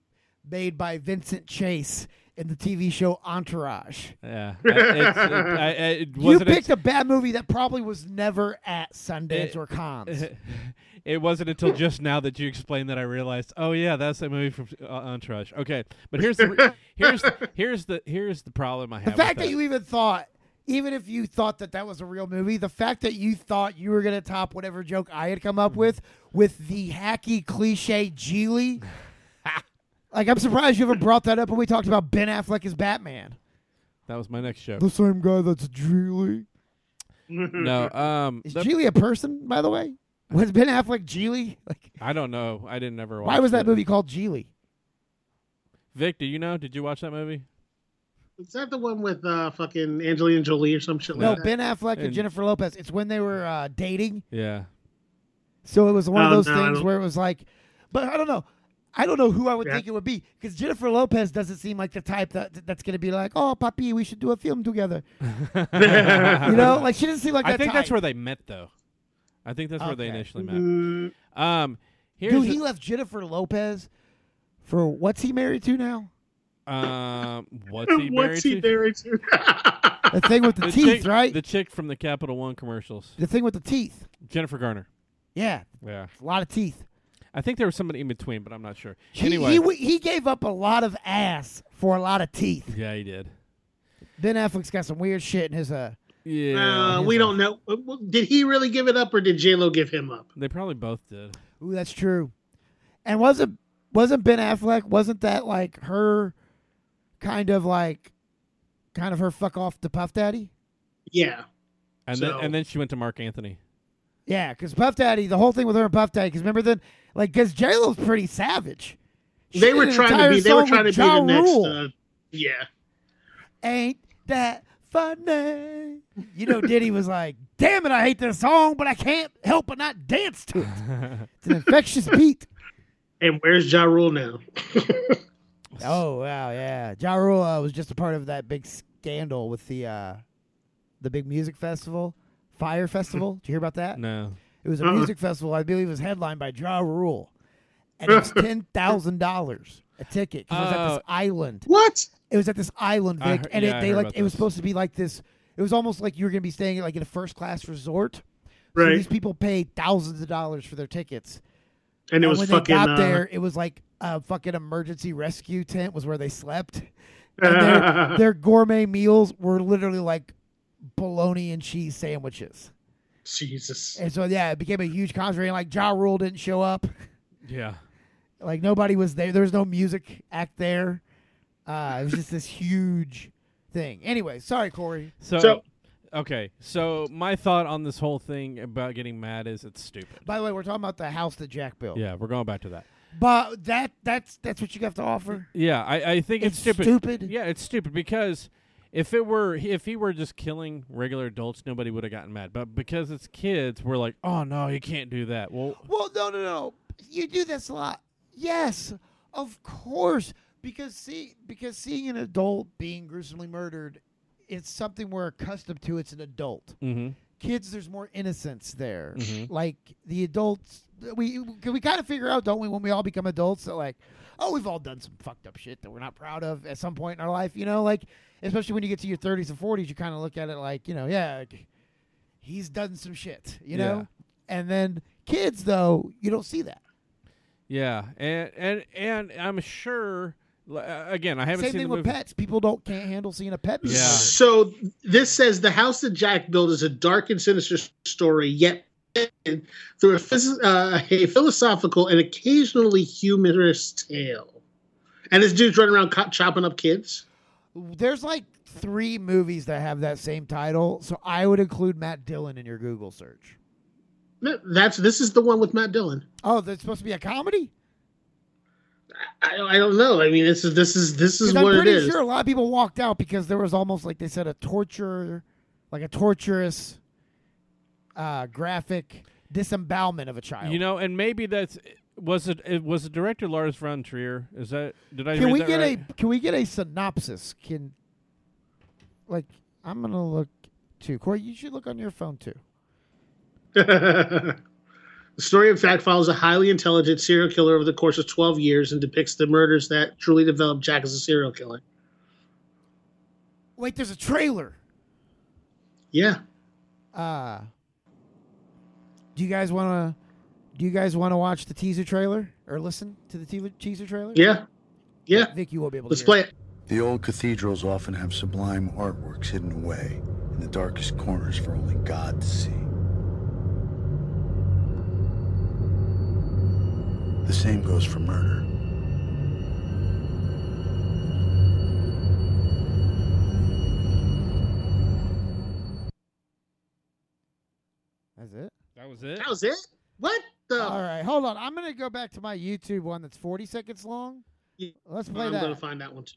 S8: made by Vincent Chase in the TV show Entourage.
S10: Yeah. I- it's- it- I- I- it
S8: You
S10: wasn't
S8: picked a bad movie that probably was never at Sundance
S10: It-
S8: or cons.
S10: it, it wasn't until just now that you explained that I realized, oh yeah, that's a movie from uh, Entourage. Okay, but here's the re- here's here's the here's the problem I
S8: the
S10: have. with
S8: fact that you even thought, even if you thought that that was a real movie, the fact that you thought you were going to top whatever joke I had come up with with the hacky cliche Geely. like, I'm surprised you haven't brought that up when we talked about Ben Affleck as Batman.
S10: that was my next show.
S8: The same guy that's Geely.
S10: no, um,
S8: Is
S10: the-
S8: Geely a person, by the way? Was Ben Affleck Geely? Like,
S10: I don't know. I didn't ever. Watch
S8: why was that movie called Geely?
S10: Vic, do you know? Did you watch that movie?
S9: Is that the one with uh, fucking Angelina Jolie or some shit
S8: No,
S9: like that?
S8: Ben Affleck and
S10: And-
S8: Jennifer Lopez. It's when they were uh, dating,
S10: Yeah.
S8: so it was one of
S9: Oh,
S8: those
S9: no, I
S8: things
S9: don't-
S8: where it was like, but I don't know, I don't know who I would
S9: Yeah.
S8: think it would be because Jennifer Lopez doesn't seem like the type that that's going to be like, oh, papi, we should do a film together. You know, like she doesn't seem like that.
S10: I think that's
S8: type.
S10: where they met, though. I think that's where they
S8: Okay.
S10: initially met. Um, here's
S8: dude
S10: the-
S8: he left Jennifer Lopez for what's he married to now?
S10: um, what's he
S9: Mm,
S10: married
S9: What's he
S10: to?
S9: married to?
S8: The thing with the, teeth,
S10: chick,
S8: right?
S10: The chick from the Capital One commercials,
S8: the thing with the teeth.
S10: Jennifer Garner.
S8: Yeah,
S10: Yeah,
S8: a lot of teeth.
S10: I think there was somebody in between, but I'm not sure.
S8: He,
S10: anyway,
S8: he, w- he gave up a lot of ass for a lot of teeth.
S10: yeah, he did.
S8: Ben Affleck's got some weird shit in his. Uh,
S10: Yeah,
S9: uh, we don't know. Uh, well, Did he really give it up, or did J Lo give him up?
S10: they probably both did.
S8: ooh, that's true. And wasn't wasn't Ben Affleck? Wasn't that like her, kind of like, kind of her fuck off to Puff Daddy?
S9: Yeah.
S10: And
S9: So-
S10: then and then she went to Mark Anthony.
S8: Yeah, because Puff Daddy, the whole thing with her and Puff Daddy. Because remember then, like, because J Lo's pretty savage. She
S9: they
S8: did
S9: were
S8: an
S9: trying to
S8: entire
S9: be. They were
S8: song
S9: trying to
S8: with
S9: be
S8: Ja
S9: the next.
S8: Rule.
S9: Uh, yeah.
S8: Ain't that funny? You know, Diddy was like, damn it, I hate this song, but I can't help but not dance to it. It's an infectious beat.
S9: And where's Ja Rule now?
S8: Oh, wow, yeah. Ja Rule uh, was just a part of that big scandal with the uh, the big music festival, Fire Festival. Did you hear about that?
S10: No,
S8: It was a
S9: Uh-uh.
S8: music festival, I believe it was headlined by Ja Rule. And it was $10,000 a ticket 'cause it was at
S10: Oh.
S8: this island.
S9: what?
S8: It was at this island,
S10: I
S8: Vic,
S10: heard-
S8: and
S10: yeah, I
S8: it, they
S10: heard
S8: like
S10: about
S8: it was
S10: this.
S8: supposed to be like this. It was almost like you were going to be staying like in a first class resort. So
S9: Right.
S8: these people paid thousands of dollars for their tickets,
S9: And it was
S8: when
S9: fucking.
S8: they got
S9: uh,
S8: there, it was like a fucking emergency rescue tent was where they slept. And their, their gourmet meals were literally like bologna and cheese sandwiches.
S9: Jesus.
S8: And so, yeah, it became a huge controversy. And like Ja Rule didn't show up.
S10: Yeah.
S8: Like nobody was there. There was no music act there. Uh, it was just this huge thing. Anyway, sorry, Corey.
S10: So,
S9: So-
S10: okay. So my thought on this whole thing about getting mad is it's stupid.
S8: By the way, we're talking about the house that Jack built.
S10: Yeah, we're going back to that.
S8: But that that's that's what you have to offer.
S10: Yeah, I, I think it's,
S8: It's
S10: stupid.
S8: stupid.
S10: Yeah, it's stupid because if it were if he were just killing regular adults, nobody would have gotten mad. But because it's kids, we're like, oh no, you can't do that. Well,
S8: Well, no, no, no. You do this a lot. Yes, of course. Because see, because seeing an adult being gruesomely murdered, it's something we're accustomed to. It's an adult.
S10: mm-hmm.
S8: Kids, there's more innocence there. Like the adults, we we kind of figure out, don't we, when we all become adults that like, oh, we've all done some fucked up shit that we're not proud of at some point in our life. You know, like especially when you get to your 30s and 40s, you kind of look at it like, you know, yeah, like, he's done some shit. You know,
S10: Yeah.
S8: and then kids though, you don't see that.
S10: yeah, and and and I'm sure. l- uh, Again, I haven't
S8: Same
S10: seen
S8: thing
S10: the
S8: with
S10: movie.
S8: pets. People don't can't handle seeing a pet. be
S10: Yeah.
S8: murdered.
S9: So this says the house that Jack built is a dark and sinister story, yet through a, phys- uh, a philosophical and occasionally humorous tale. And this dude's running around co- chopping up kids.
S8: There's like three movies that have that same title, so I would include Matt Dillon in your Google search.
S9: No, That's this is the one with Matt Dillon.
S8: Oh, that's supposed to be a comedy.
S9: I, I don't know. I mean, this is this is this is
S8: 'Cause I'm
S9: what it
S8: pretty
S9: is.
S8: sure a lot of people walked out because there was almost like they said a torture, like a torturous, uh, graphic disembowelment of a child.
S10: You know, and maybe that's was it, it was the director Lars von Trier. Is that did I
S8: can
S10: read
S8: we
S10: that
S8: get
S10: right?
S8: a can we get a synopsis? Can like I'm gonna look too. Corey, you should look on your phone too.
S9: the story, in fact, follows a highly intelligent serial killer over the course of 12 years and depicts the murders that truly developed Jack as a serial killer.
S8: Wait, there's a trailer.
S9: Yeah.
S8: Uh, do you guys wanna do you guys wanna watch the teaser trailer or listen to the te- teaser trailer?
S9: Yeah. Yeah.
S8: I think you will be able
S9: Let's
S8: to. hear
S9: play it.
S11: The old cathedrals often have sublime artworks hidden away in the darkest corners for only God to see. The same goes for murder.
S8: That's it.
S10: That was it.
S9: That uh, was it? What the?
S8: All right, hold on. I'm gonna go back to my YouTube one that's 40 seconds long.
S9: Yeah.
S8: Let's play
S9: I'm
S8: that.
S9: going to find that one. Too.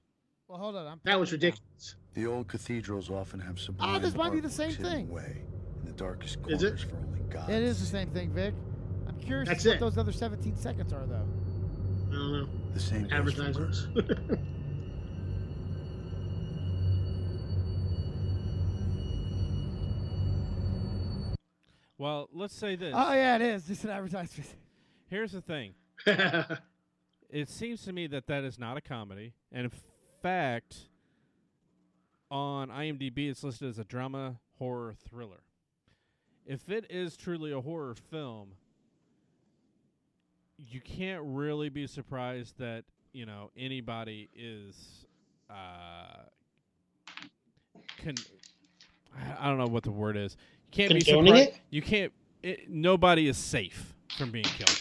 S8: well, hold on. I'm
S9: That was
S8: playing it now.
S9: ridiculous.
S11: The old cathedrals often have sublime
S8: Ah, this might be the
S11: artworks
S8: same
S11: hidden
S8: thing.
S11: away in the darkest
S9: Is
S11: corners
S9: it?
S11: for only God.
S8: It
S11: to
S8: is the
S11: see.
S8: same thing, Vic. I'm curious
S9: That's
S8: what
S9: it.
S8: those other 17 seconds are though.
S9: I don't know.
S11: The same goes for
S9: Advertisements.
S11: murder.
S10: Well, let's say this.
S8: Oh yeah, it is. It's an advertisement.
S10: Here's the thing. it seems to me that that is not a comedy, and in fact, on IMDb it's listed as a drama horror thriller. If it is truly a horror film, you can't really be surprised that you know anybody is. Uh, con- I I don't know what the word is. You can't
S9: Condoning
S10: be surprised.
S9: it?
S10: You can't. It, nobody is safe from being killed.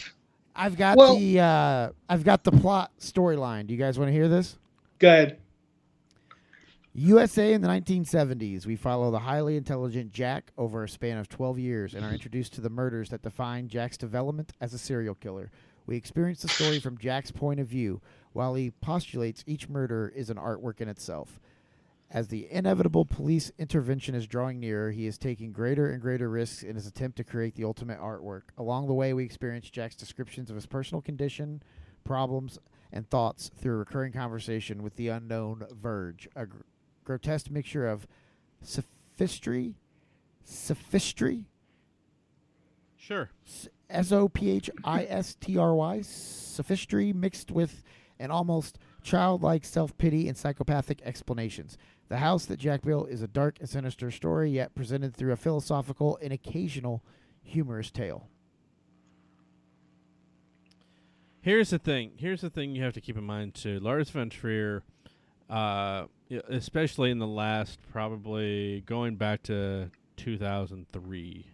S8: I've got
S9: Well-
S8: the uh, I've got the plot storyline. Do you guys want to hear this?
S9: Go ahead.
S8: USA in the 1970s, we follow the highly intelligent Jack over a span of 12 years and are introduced to the murders that define Jack's development as a serial killer. We experience the story from Jack's point of view, while he postulates each murder is an artwork in itself. As the inevitable police intervention is drawing nearer, he is taking greater and greater risks in his attempt to create the ultimate artwork. Along the way, we experience Jack's descriptions of his personal condition, problems, and thoughts through a recurring conversation with the unknown Verge, a gr- grotesque mixture of sophistry, sophistry,
S10: Sure.
S8: S O P H I S T R Y, sophistry mixed with an almost childlike self pity and psychopathic explanations. The house that Jack built is a dark and sinister story, yet presented through a philosophical and occasional humorous tale.
S10: Here's the thing. Here's the thing you have to keep in mind too. Lars von Trier uh, yeah, especially in the last probably going back to 2003.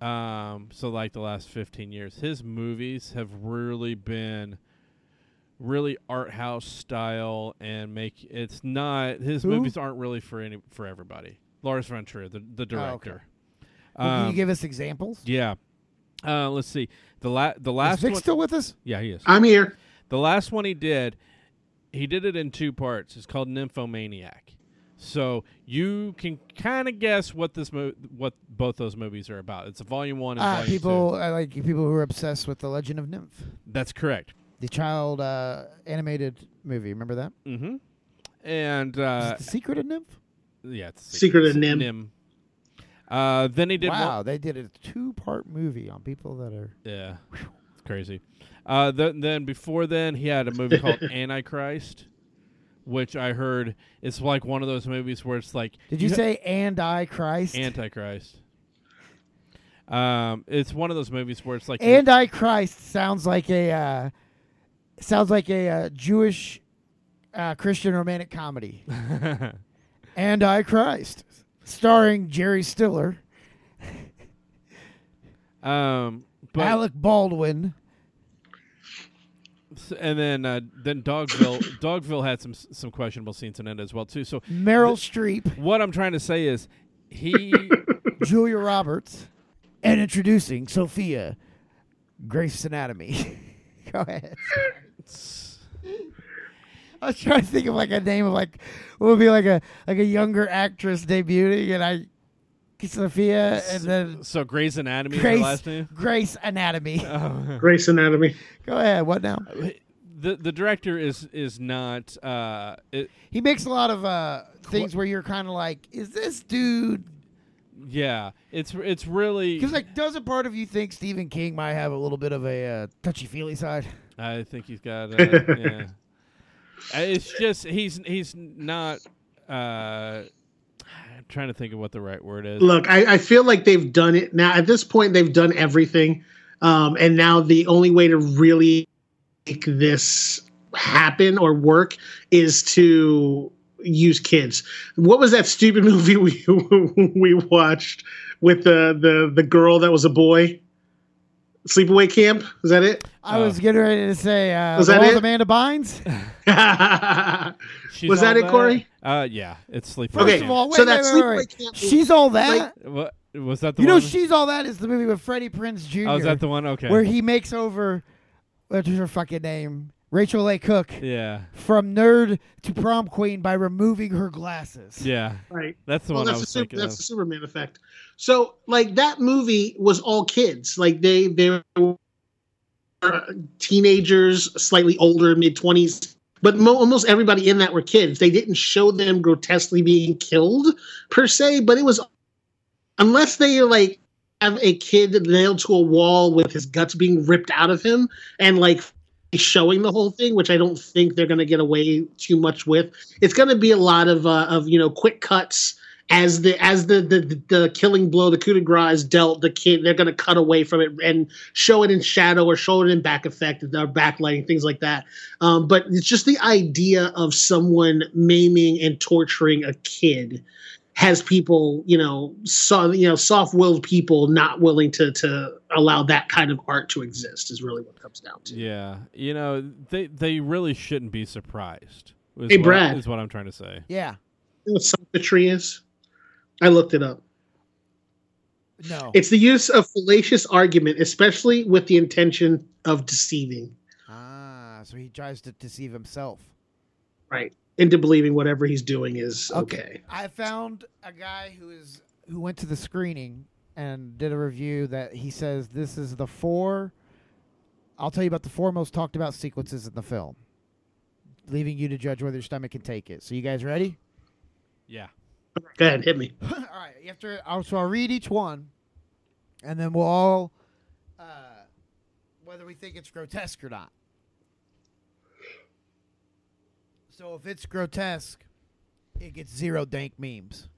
S10: Um, so like the last 15 years, his movies have really been really art house style and make it's not his
S8: Who?
S10: movies aren't really for any for everybody. Lars von Trier, the the
S8: okay.
S10: director.
S8: Well, can you
S10: Um,
S8: give us examples?
S10: yeah. Uh, let's see. The la- the last
S8: Vic
S10: one-
S8: still with us?
S10: Yeah, he is.
S9: I'm here.
S10: The last one he did, he did it in two parts. It's called Nymphomaniac. So you can kind of guess what this mo- what both those movies are about. It's volume one and
S8: Uh,
S10: volume
S8: people uh, like people who are obsessed with the Legend of Nymph,
S10: two. That's correct.
S8: the child uh, animated movie. Remember that?
S10: Mm-hmm. And
S8: Is
S10: uh,
S8: it the Secret of Nymph?
S10: yeah, it's
S9: Secret of Nim.
S10: uh, Nim. Uh, then he did one-
S8: wow, they did a two-part movie on people that are.
S10: Yeah, it's crazy. Uh, th- then before then, he had a movie called Antichrist, which I heard it's like one of those movies where it's like
S8: Did you
S10: ha-
S8: say "and I Christ"?
S10: Antichrist? Um, it's one of those movies where it's like you-
S8: "And I Christ" sounds like a uh, sounds like a uh, Jewish uh, Christian romantic comedy. "And I Christ," starring Jerry Stiller,
S10: um, but
S8: Alec Baldwin.
S10: s- and then uh, then Dogville Dogville had some s- some questionable scenes in it as well too. So
S8: Meryl Streep,
S10: what I'm trying to say is he
S8: Julia Roberts, and introducing Sophia, Grace Anatomy. Go ahead. I was trying to think of like a name of like what would be like a like a younger actress debuting, and I Sophia and then
S10: so Grey's Anatomy is her
S8: Grace
S10: last name. Uh.
S8: Grace Anatomy.
S9: Grace Anatomy.
S8: Go ahead. What now?
S10: The the director is is not uh it,
S8: He makes a lot of uh things where you're kind of like, is this dude?
S10: yeah it's it's really
S8: Because like, does a part of you think Stephen King might have a little bit of a uh, touchy feely side?
S10: I think he's got. Uh, yeah. Uh, It's just he's he's not. Uh, I'm trying to think of what the right word is.
S9: Look, I, I feel like they've done it now. At this point, they've done everything, um, and now the only way to really make this happen or work is to use kids. What was that stupid movie we we watched with the the the girl that was a boy? Sleepaway Camp is that it?
S8: I
S10: Uh,
S8: was getting ready to say, uh,
S9: Was
S8: the
S9: that
S8: Law of
S9: it?
S8: Amanda Bynes.
S10: She's
S9: was that
S10: all
S9: it, Corey?
S10: Uh, yeah, it's sleep.
S9: Okay.
S8: First of all, wait, wait,
S9: so that
S8: wait, wait,
S9: Sleepaway
S8: wait.
S9: Camp movie-
S8: She's all that.
S9: Like-
S10: What was that? The
S8: you know,
S10: one?
S8: she's all that is the movie with Freddie Prince Jr.
S10: Oh, is that the one? Okay.
S8: where he makes over what's her fucking name, Rachel A. Cook,
S10: yeah,
S8: from nerd to prom queen by removing her glasses.
S10: yeah,
S9: Right.
S10: that's the
S9: Well,
S10: one I
S9: that's, the
S10: was
S9: super,
S10: thinking
S9: that's
S10: of.
S9: the Superman effect. So, like that movie was all kids. Like they they were uh, teenagers, slightly older, mid twenties. But mo- almost everybody in that were kids. They didn't show them grotesquely being killed per se, but it was unless they like have a kid nailed to a wall with his guts being ripped out of him and like showing the whole thing, which I don't think they're going to get away too much with. It's going to be a lot of uh, of you know quick cuts as the as the, the the killing blow, the coup de grace is dealt. The kid they're going to cut away from it and show it in shadow or show it in back effect or backlighting things like that. Um, but it's just the idea of someone maiming and torturing a kid has people, you know, so, you know, soft-willed people not willing to to allow that kind of art to exist is really what it comes down to.
S10: Yeah, you know they they really shouldn't be surprised. Is
S9: Hey,
S10: what,
S9: Brad.
S10: is what I'm trying to say.
S8: Yeah.
S9: know what sophistry is? I looked it up.
S8: No.
S9: It's the use of fallacious argument, especially with the intention of deceiving,
S8: ah, so he tries to deceive himself.
S9: right? Into believing whatever he's doing is okay.
S8: I found a guy who is who went to the screening and did a review that he says this is the four. I'll tell you about the four most talked about sequences in the film, leaving you to judge whether your stomach can take it. So you guys ready?
S10: Yeah.
S9: Go ahead, hit me.
S8: all right. After I'll, so I'll read each one, and then we'll all uh, whether we think it's grotesque or not. So if it's grotesque, it gets zero dank memes.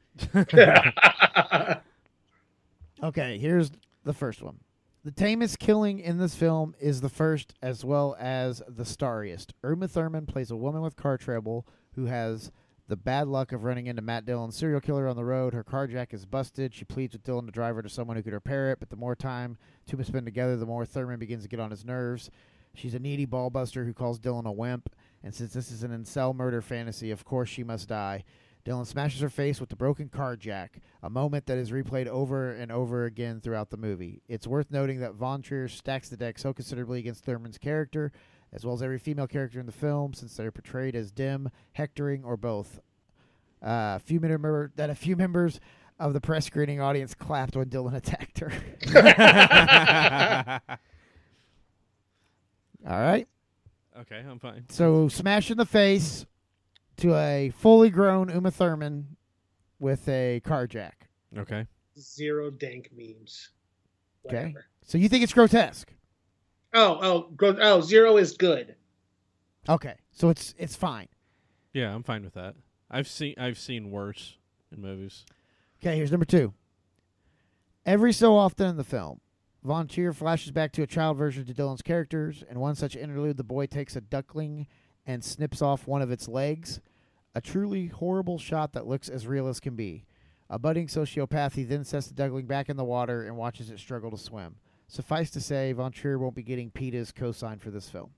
S8: okay, here's the first one. The tamest killing in this film is the first, as well as the starriest. Uma Thurman plays a woman with car trouble who has the bad luck of running into Matt Dillon's serial killer on the road. Her car jack is busted. She pleads with Dillon to drive her to someone who could repair it, but the more time two men spend together, the more Thurman begins to get on his nerves. She's a needy ballbuster who calls Dylan a wimp, and since this is an incel murder fantasy, of course she must die. Dylan smashes her face with the broken car jack, a moment that is replayed over and over again throughout the movie. It's worth noting that Von Trier stacks the deck so considerably against Thurman's character, as well as every female character in the film, since they're portrayed as dim, hectoring, or both. Uh, few member, that a few members of the press screening audience clapped when Dylan attacked her. All right.
S10: Okay, I'm fine.
S8: So smash in the face to a fully grown Uma Thurman with a car jack.
S10: Okay.
S9: Zero dank memes.
S8: Okay. So you think it's grotesque?
S9: Oh, oh, gro- oh, zero is good.
S8: Okay. So it's it's fine.
S10: Yeah, I'm fine with that. I've seen I've seen worse in movies.
S8: Okay, here's number two. Every so often in the film, Von Trier flashes back to a child version to Dylan's characters. In one such interlude, the boy takes a duckling and snips off one of its legs. A truly horrible shot that looks as real as can be. A budding sociopath, he then sets the duckling back in the water and watches it struggle to swim. Suffice to say, Von Trier won't be getting PETA's cosign for this film.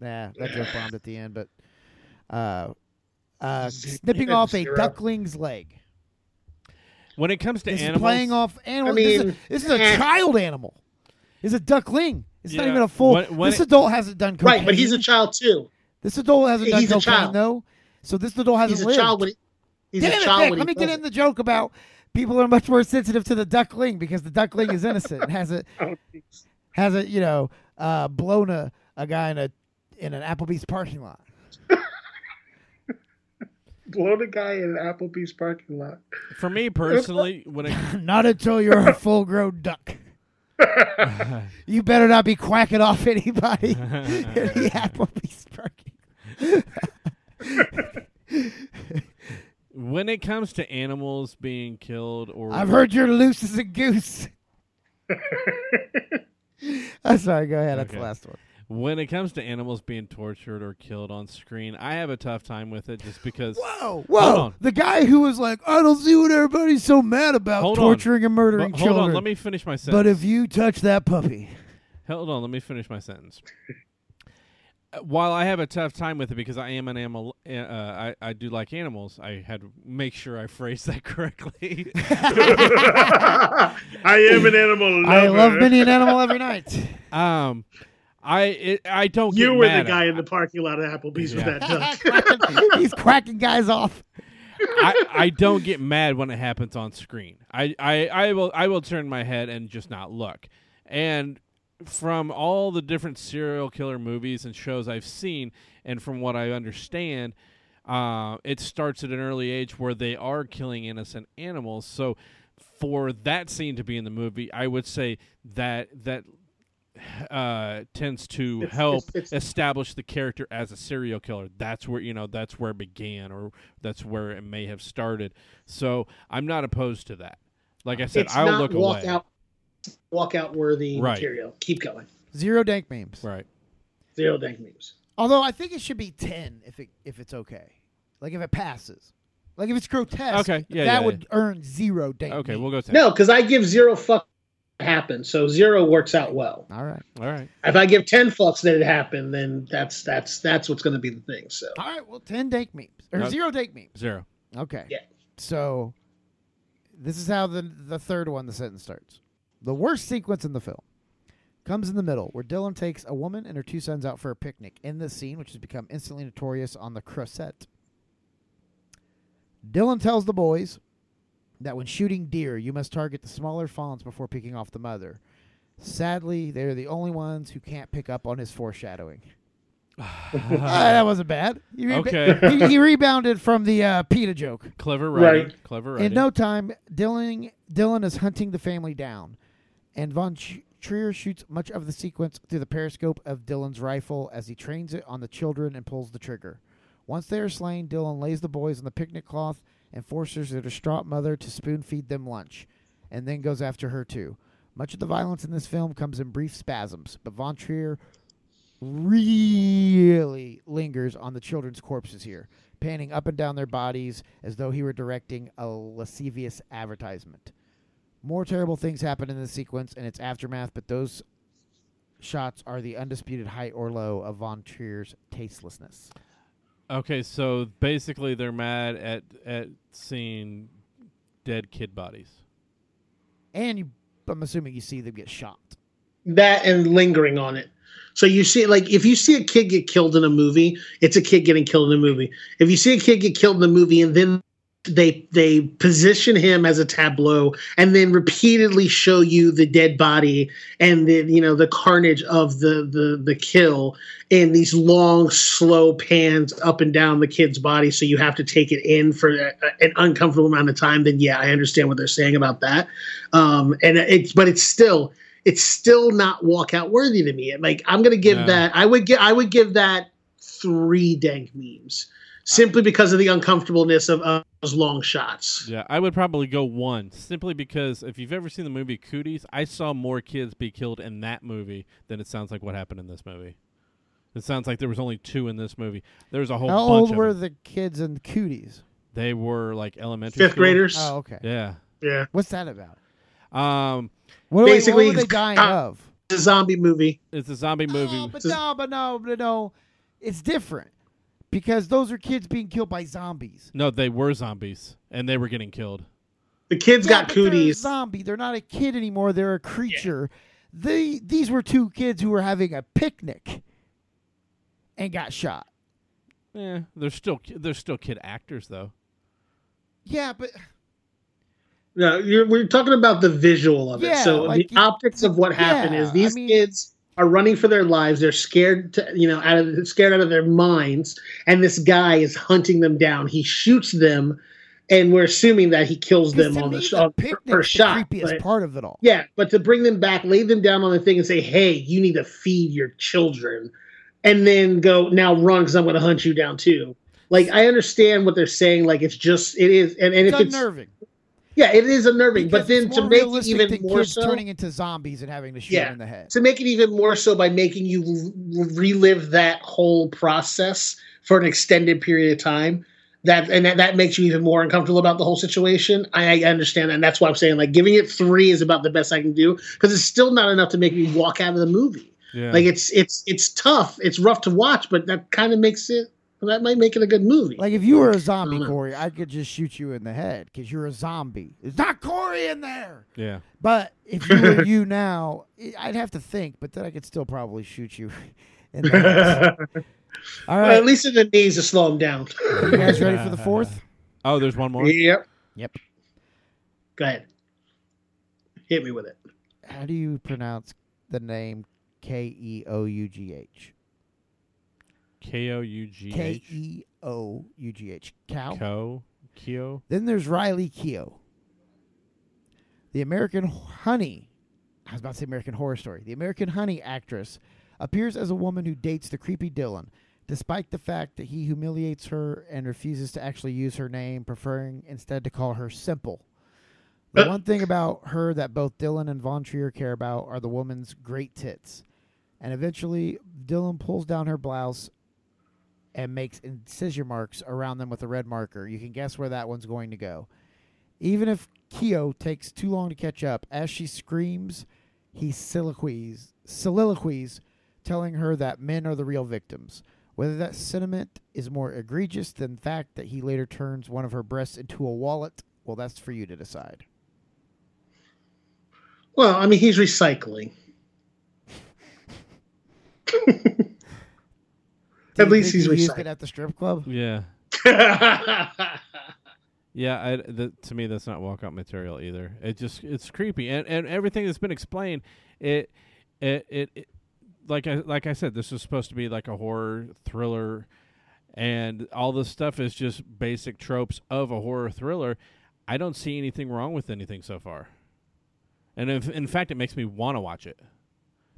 S8: Nah, that joke bombed at the end, but uh, uh, snipping off a
S9: Zero.
S8: duckling's leg.
S10: When it comes to
S8: This
S10: animals,
S8: is playing off animals.
S9: I
S8: this, is
S9: mean,
S8: a, this is a
S9: eh.
S8: child animal. It's a duckling. It's not
S10: Yeah,
S8: even a full.
S10: when- when
S8: this
S10: it-
S8: adult hasn't done cocaine.
S9: Right, but he's a child too.
S8: this adult hasn't done
S9: he's a
S8: cocaine
S9: child.
S8: though. So this adult hasn't
S9: He's a
S8: lived.
S9: child when he, he's
S8: Damn
S9: a
S8: it,
S9: child
S8: Nick,
S9: when
S8: Let me
S9: he
S8: get in the joke about people are much more sensitive to the duckling because the duckling is innocent and has a has a you know uh, blown a, a guy in a in an Applebee's parking lot.
S9: blow the guy in Applebee's parking lot.
S10: for me personally, when it
S8: Not until you're a full grown duck. you better not be quacking off anybody in the Applebee's parking.
S10: when it comes to animals being killed or
S8: I've heard you're loose as a goose. I'm sorry. Go ahead. That's the
S10: Okay.
S8: last one.
S10: when it comes to animals being tortured or killed on screen, I have a tough time with it just because
S8: Whoa,
S10: Hold
S8: whoa!
S10: on.
S8: The guy who was like, "I don't see what everybody's so mad about
S10: Hold on.
S8: torturing and
S10: But
S8: murdering
S10: hold
S8: children."
S10: on, let me finish my sentence.
S8: but if you touch that puppy,
S10: Hold on, let me finish my sentence. Uh, While I have a tough time with it because I am an animal, uh, I I do like animals. I had to make sure I phrased that correctly.
S12: I am an animal
S8: I love
S12: lover.
S8: many an animal every night.
S10: um, I it, I don't.
S9: You
S10: get
S9: were the
S10: mad
S9: guy
S10: at-
S9: in the parking lot of Applebee's
S10: Yeah.
S9: with that duck.
S8: He's quacking guys off.
S10: I, I don't get mad when it happens on screen. I, I, I will I will turn my head and just not look. And from all the different serial killer movies and shows I've seen, and from what I understand, uh, it starts at an early age where they are killing innocent animals. So for that scene to be in the movie, I would say that that uh, tends to
S9: It's-
S10: help
S9: it's- it's-
S10: establish the character as a serial killer. That's where you know that's where it began, or that's where it may have started. So I'm not opposed to that. Like I said,
S9: it's
S10: I'll
S9: not
S10: look
S9: walk
S10: away.
S9: out walk out worthy
S10: Right.
S9: material. Keep going.
S8: Zero dank memes.
S10: Right.
S9: Zero dank memes.
S8: Although I think it should be ten if it if it's okay, like if it passes, like if it's grotesque.
S10: Okay, yeah,
S8: that
S10: yeah,
S8: would earn zero dank.
S10: Okay,
S8: memes.
S10: we'll go to
S9: No, because I give zero fuck happen, so zero works out well.
S8: all right,
S10: All right.
S9: If I give ten fucks that it happened, then that's that's that's what's going to be the thing. So
S8: all right. Well, ten dank memes or
S10: No.
S8: zero dank memes.
S10: Zero.
S8: Okay.
S9: Yeah.
S8: So this is how the the third one the sentence starts. The worst sequence in the film comes in the middle where Dylan takes a woman and her two sons out for a picnic in this scene which has become instantly notorious on the Crusette. Dylan tells the boys that when shooting deer you must target the smaller fawns before picking off the mother. Sadly, they're the only ones who can't pick up on his foreshadowing. Ah, that wasn't bad. He reba-
S10: Okay.
S8: he, he rebounded from the uh, PETA joke.
S10: Clever
S9: Right.
S10: writing. Clever writing.
S8: In no time, Dylan Dylan is hunting the family down, and von Ch- Trier shoots much of the sequence through the periscope of Dylan's rifle as he trains it on the children and pulls the trigger. Once they are slain, Dylan lays the boys on the picnic cloth and forces their distraught mother to spoon feed them lunch, and then goes after her too. Much of the violence in this film comes in brief spasms, but Von Trier really lingers on the children's corpses here, panning up and down their bodies as though he were directing a lascivious advertisement. More terrible things happen in this sequence and its aftermath, but those shots are the undisputed high or low of Von Trier's tastelessness.
S10: Okay, so basically they're mad at at seeing dead kid bodies.
S8: And you, I'm assuming you see them get shot.
S9: That and lingering on it. So you see, like, if you see a kid get killed in a movie, it's a kid getting killed in a movie. If you see a kid get killed in a movie and then they they position him as a tableau and then repeatedly show you the dead body and the you know the carnage of the the the kill in these long slow pans up and down the kid's body so you have to take it in for a, an uncomfortable amount of time then yeah i understand what they're saying about that um and it's but it's still it's still not walkout worthy to me like i'm gonna give
S10: No.
S9: that i would get i would give that three dank memes simply because of the uncomfortableness of, of those long shots.
S10: Yeah, I would probably go one simply because if you've ever seen the movie Cooties, I saw more kids be killed in that movie than it sounds like what happened in this movie. It sounds like there was only two in this movie. There was a whole
S8: How
S10: bunch
S8: old
S10: of
S8: were
S10: them.
S8: the kids and cooties?
S10: They were like elementary
S9: Fifth
S10: school.
S9: graders.
S8: Oh, okay.
S10: Yeah.
S9: Yeah.
S8: What's that about?
S10: Um,
S8: What, Basically,
S9: Basically,
S8: what were they dying
S9: uh,
S8: of?
S9: It's a zombie movie.
S10: it's a zombie movie.
S8: Oh, but no, but no, but no. It's different because those are kids being killed by zombies.
S10: no, they were zombies and they were getting killed.
S9: The kids
S8: Yeah,
S9: got
S8: but they're a
S9: cooties.
S8: zombie. They're not a kid anymore. They're a creature. They these were two kids who were having a picnic and got shot.
S10: Yeah, they're still ki- they're still kid actors though.
S8: Yeah, but
S9: No, you're, we're talking about the visual of it.
S8: Yeah,
S9: so
S8: like
S9: the
S8: you-
S9: optics of what happened
S8: yeah,
S9: is these
S8: I mean-
S9: kids are running for their lives. They're scared, to, you know, out of scared out of their minds, and this guy is hunting them down. He shoots them, and we're assuming that he kills
S8: 'cause
S9: them
S8: to
S9: on the,
S8: me,
S9: sh- on per,
S8: picnic's
S9: per
S8: the
S9: shot.
S8: creepiest
S9: but-
S8: part of it all.
S9: Yeah, but to bring them back, lay them down on the thing and say, "Hey, you need to feed your children," and then go now run because I'm going to hunt you down too. Like I understand what they're saying. Like it's just it is, and, and
S8: It's
S9: if it's
S8: unnerving.
S9: yeah, it is unnerving.
S8: because
S9: But then
S8: it's
S9: to
S8: more
S9: make it
S8: realistic
S9: even
S8: than
S9: more
S8: kids
S9: so,
S8: turning into zombies and having to shoot
S9: Yeah.
S8: them in the head.
S9: to make it even more so by making you r- relive that whole process for an extended period of time that and that, that makes you even more uncomfortable about the whole situation i, I understand that, and that's why i'm saying like giving it three is about the best i can do because it's still not enough to make me walk out of the movie
S10: Yeah.
S9: like it's it's it's tough it's rough to watch but that kind of makes it that might make it a good movie
S8: Like if you were a zombie,
S9: dunno.
S8: Corey, I could just shoot you in the head because you're a zombie. There's not Corey in there.
S10: yeah.
S8: But if you were you now, I- I'd have to think, but then I could still probably shoot you in the head. All
S9: Well,
S8: right,
S9: at least in the knees to slow them down
S8: you guys ready for the fourth?
S10: Oh, there's one more.
S9: yep
S8: Yep.
S9: go ahead hit me with it
S8: How do you pronounce the name K E O U G H?
S10: K E O U G
S8: K
S10: H.
S8: E O U G H. Cow.
S10: Ko. Kyo.
S8: Then there's Riley Keough. The American Honey, I was about to say American Horror Story. The American Honey actress appears as a woman who dates the creepy Dylan, despite the fact that he humiliates her and refuses to actually use her name, preferring instead to call her Simple. The one thing about her that both Dylan and Von Trier care about are the woman's great tits. And eventually, Dylan pulls down her blouse and makes incision marks around them with a red marker. You can guess where that one's going to go. Even if Keo takes too long to catch up, as she screams, he soliloquies, soliloquies, telling her that men are the real victims. Whether that sentiment is more egregious than the fact that he later turns one of her breasts into a wallet, well, that's for you to decide.
S9: Well, I mean, he's recycling.
S8: Do
S9: At
S8: you
S9: least
S8: think
S9: he's
S8: you used it
S9: recycling.
S8: at the strip club.
S10: Yeah. Yeah, I, th- to me that's not walkout material either. It just it's creepy, and and everything that's been explained, it it it, it like I like I said, this is supposed to be like a horror thriller, and all this stuff is just basic tropes of a horror thriller. I don't see anything wrong with anything so far, and if, in fact, it makes me want to watch it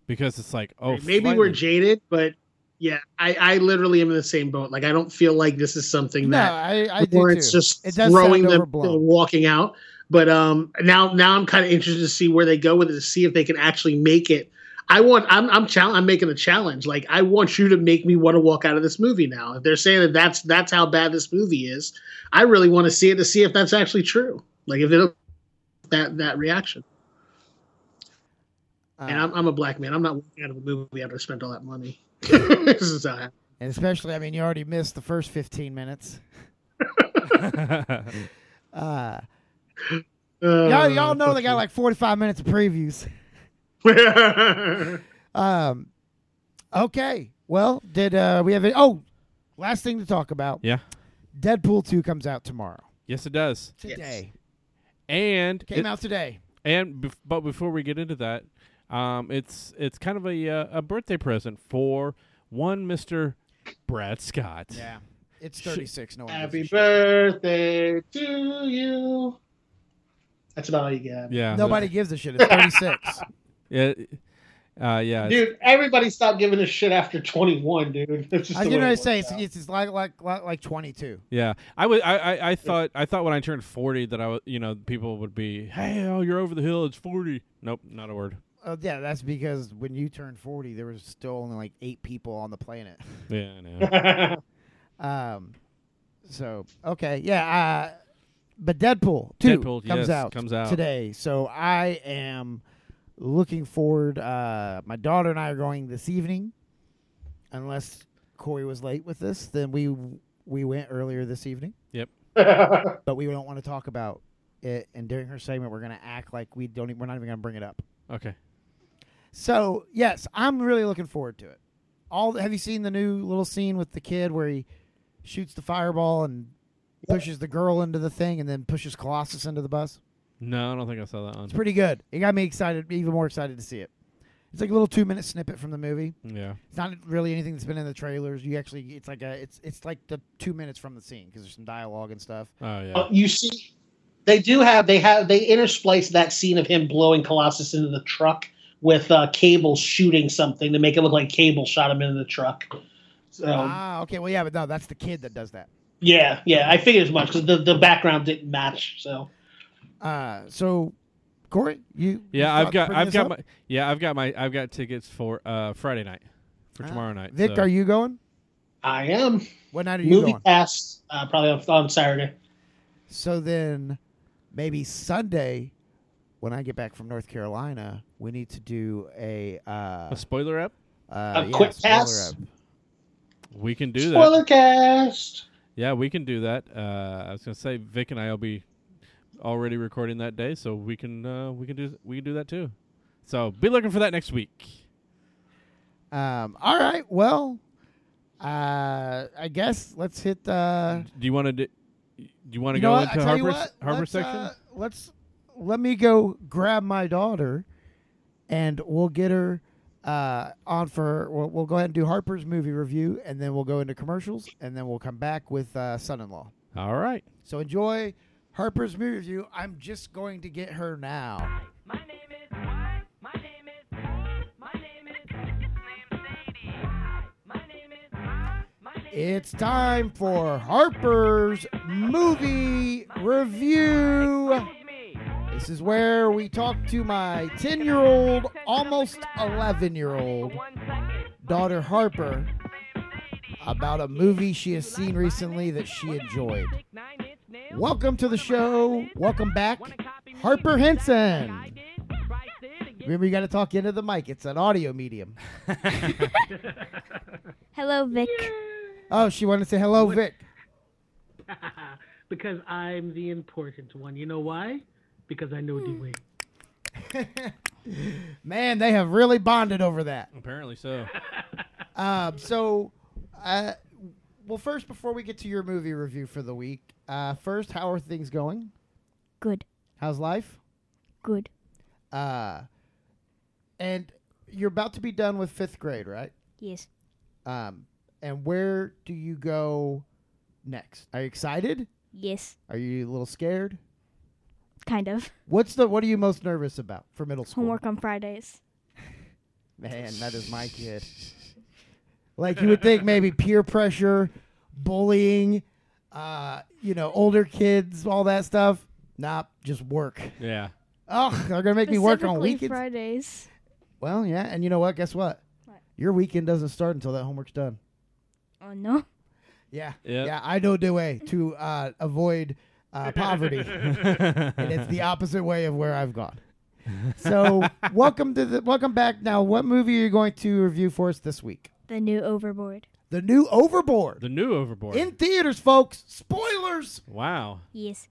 S10: because it's like oh
S9: Maybe we're
S10: finally.
S9: jaded, but yeah, I, I literally am in the same boat. Like, I don't feel like this is something
S8: No,
S9: that
S8: I, I do
S9: or
S8: too.
S9: it's just
S8: it does
S9: throwing
S8: sound
S9: them
S8: overblown.
S9: walking out. But um, now now I'm kind of interested to see where they go with it to see if they can actually make it. I want I'm I'm chal- I'm making a challenge. Like I want you to make me want to walk out of this movie now. If they're saying that that's that's how bad this movie is, I really want to see it to see if that's actually true. Like if it that that reaction.
S8: Uh,
S9: and I'm I'm a black man. I'm not walking out of a movie after I spent all that money. this is how it happened.
S8: And especially, I mean, you already missed the first 15 minutes. uh,
S9: Oh,
S8: y'all, y'all know they got like 45 minutes of previews.
S9: Uh,
S8: um, okay. Well, did uh, we have it? Oh, last thing to talk about.
S10: Yeah.
S8: Deadpool 2 comes out tomorrow.
S10: Yes, it does.
S8: Today.
S10: And
S8: Came
S10: it-
S8: out today.
S10: And bef- but before we get into that, um, it's it's kind of a uh, a birthday present for one Mister Brad Scott.
S8: Yeah. It's 36. No one gives a
S9: Happy
S8: shit.
S9: birthday to you. That's about all you got.
S10: Yeah.
S8: Nobody gives a shit. It's 36.
S10: Yeah. Uh, yeah.
S9: Dude, everybody stopped giving a shit after 21, dude. That's just
S8: I
S9: the
S8: you
S9: way
S8: know what
S9: it
S8: I
S9: works
S8: say? It's,
S9: out.
S8: it's, it's like, like like like 22.
S10: Yeah, I was. I, I, I thought. I thought when I turned forty that I was. You know, people would be, "Hey, oh, you're over the hill. It's 40. Nope, not a word.
S8: Uh, yeah, that's because when you turned 40, there was still only like eight people on the planet.
S10: Yeah, I know.
S8: Um, so okay, yeah. Uh, but Deadpool two
S10: Deadpool, yes,
S8: comes out
S10: comes out.
S8: today, so I am looking forward. Uh, my daughter and I are going this evening, unless Corey was late with this. Then we we went earlier this evening,
S10: yep.
S8: but we don't want to talk about it. And during her segment, we're going to act like we don't. e- We're not even going to bring it up.
S10: Okay.
S8: So yes, I'm really looking forward to it. All have you seen the new little scene with the kid where he shoots the fireball and pushes the girl into the thing and then pushes Colossus into the bus?
S10: No, I don't think I saw that one.
S8: It's pretty good. It got me excited, even more excited to see it. It's like a little two minute snippet from the movie.
S10: Yeah.
S8: It's not really anything that's been in the trailers. You actually, it's like a, it's it's like the two minutes from the scene because there's some dialogue and stuff.
S10: Oh
S9: Uh,
S10: yeah.
S9: you see, they do have, they have, they intersplice that scene of him blowing Colossus into the truck with uh, Cable shooting something to make it look like Cable shot him into the truck. So,
S8: ah, okay. Well, yeah, but no, that's the kid that does that.
S9: yeah, yeah, I figured as much because the, the background didn't match. So,
S8: Uh, so, Corey, you you
S10: Yeah, I've
S8: thought-
S10: got.
S8: bring
S10: I've
S8: this
S10: got
S8: up?
S10: my. Yeah, I've got my. I've got tickets for uh Friday night, for
S8: Ah.
S10: tomorrow night.
S8: Vic,
S10: so-
S8: are you going?
S9: I am.
S8: What night are you
S9: Movie
S8: going?
S9: pass, uh, probably on, on Saturday.
S8: So then maybe Sunday when I get back from North Carolina, we need to do a uh,
S10: a spoiler up?
S8: uh,
S9: a
S8: yeah,
S9: quick
S8: spoiler
S9: pass?
S8: up.
S10: We can do that.
S9: Spoiler cast.
S10: Yeah, we can do that. Uh, I was gonna say Vic and I will be already recording that day, so we can uh, we can do we can do that too. So be looking for that next week.
S8: Um, all right. Well, uh, I guess let's hit uh
S10: Do you want to do? Do you want to
S8: you
S10: go
S8: know what? I
S10: into
S8: tell you
S10: Harper's
S8: what,
S10: Harper
S8: let's,
S10: section?
S8: uh, let's let me go grab my daughter and we'll get her uh, on for we'll, we'll go ahead and do Harper's movie review and then we'll go into commercials and then we'll come back with uh, son-in-law.
S10: All right.
S8: So enjoy Harper's movie review. I'm just going to get her now.
S12: My name is what? My name is My name is My name is My name
S8: It's time for Harper's movie review.
S12: me.
S8: This is where we talk to my 10 year old, almost 11 year old daughter Harper about a movie she has seen recently that she enjoyed. Welcome to the show. Welcome back, Harper Henson. Remember, you got to talk into the mic, it's an audio medium.
S13: Hello, Vic.
S8: Oh, she wanted to say hello, Vic.
S14: because I'm the important one. You know why? Because I know
S13: Hmm.
S14: Dwayne.
S8: Man, they have really bonded over that.
S10: Apparently so.
S8: Um, so, uh, well, first, before we get to your movie review for the week, uh, first, how are things going?
S13: Good.
S8: How's life?
S13: Good.
S8: Uh, and you're about to be done with fifth grade, right?
S13: Yes.
S8: Um, and where do you go next? Are you excited?
S13: Yes.
S8: Are you a little scared?
S13: Kind of.
S8: What's the what are you most nervous about for middle school?
S13: Homework on Fridays.
S8: Man, that is my kid. Like you would think maybe peer pressure, bullying, uh, you know, older kids, all that stuff. Nah, just work.
S10: Yeah.
S8: Oh, they're gonna make me work on
S13: Specifically
S8: weekends.
S13: Fridays.
S8: Well, yeah, and you know what? Guess what? Your weekend doesn't start until that homework's done.
S13: Oh no.
S8: Yeah. Yeah, I know the way to uh, avoid uh, poverty, and it's the opposite way of where I've gone. So, welcome to the welcome back. Now, what movie are you going to review for us this week?
S13: The new Overboard.
S8: The new Overboard
S10: The new Overboard.
S8: in theaters, folks. Spoilers.
S10: wow.
S13: Yes.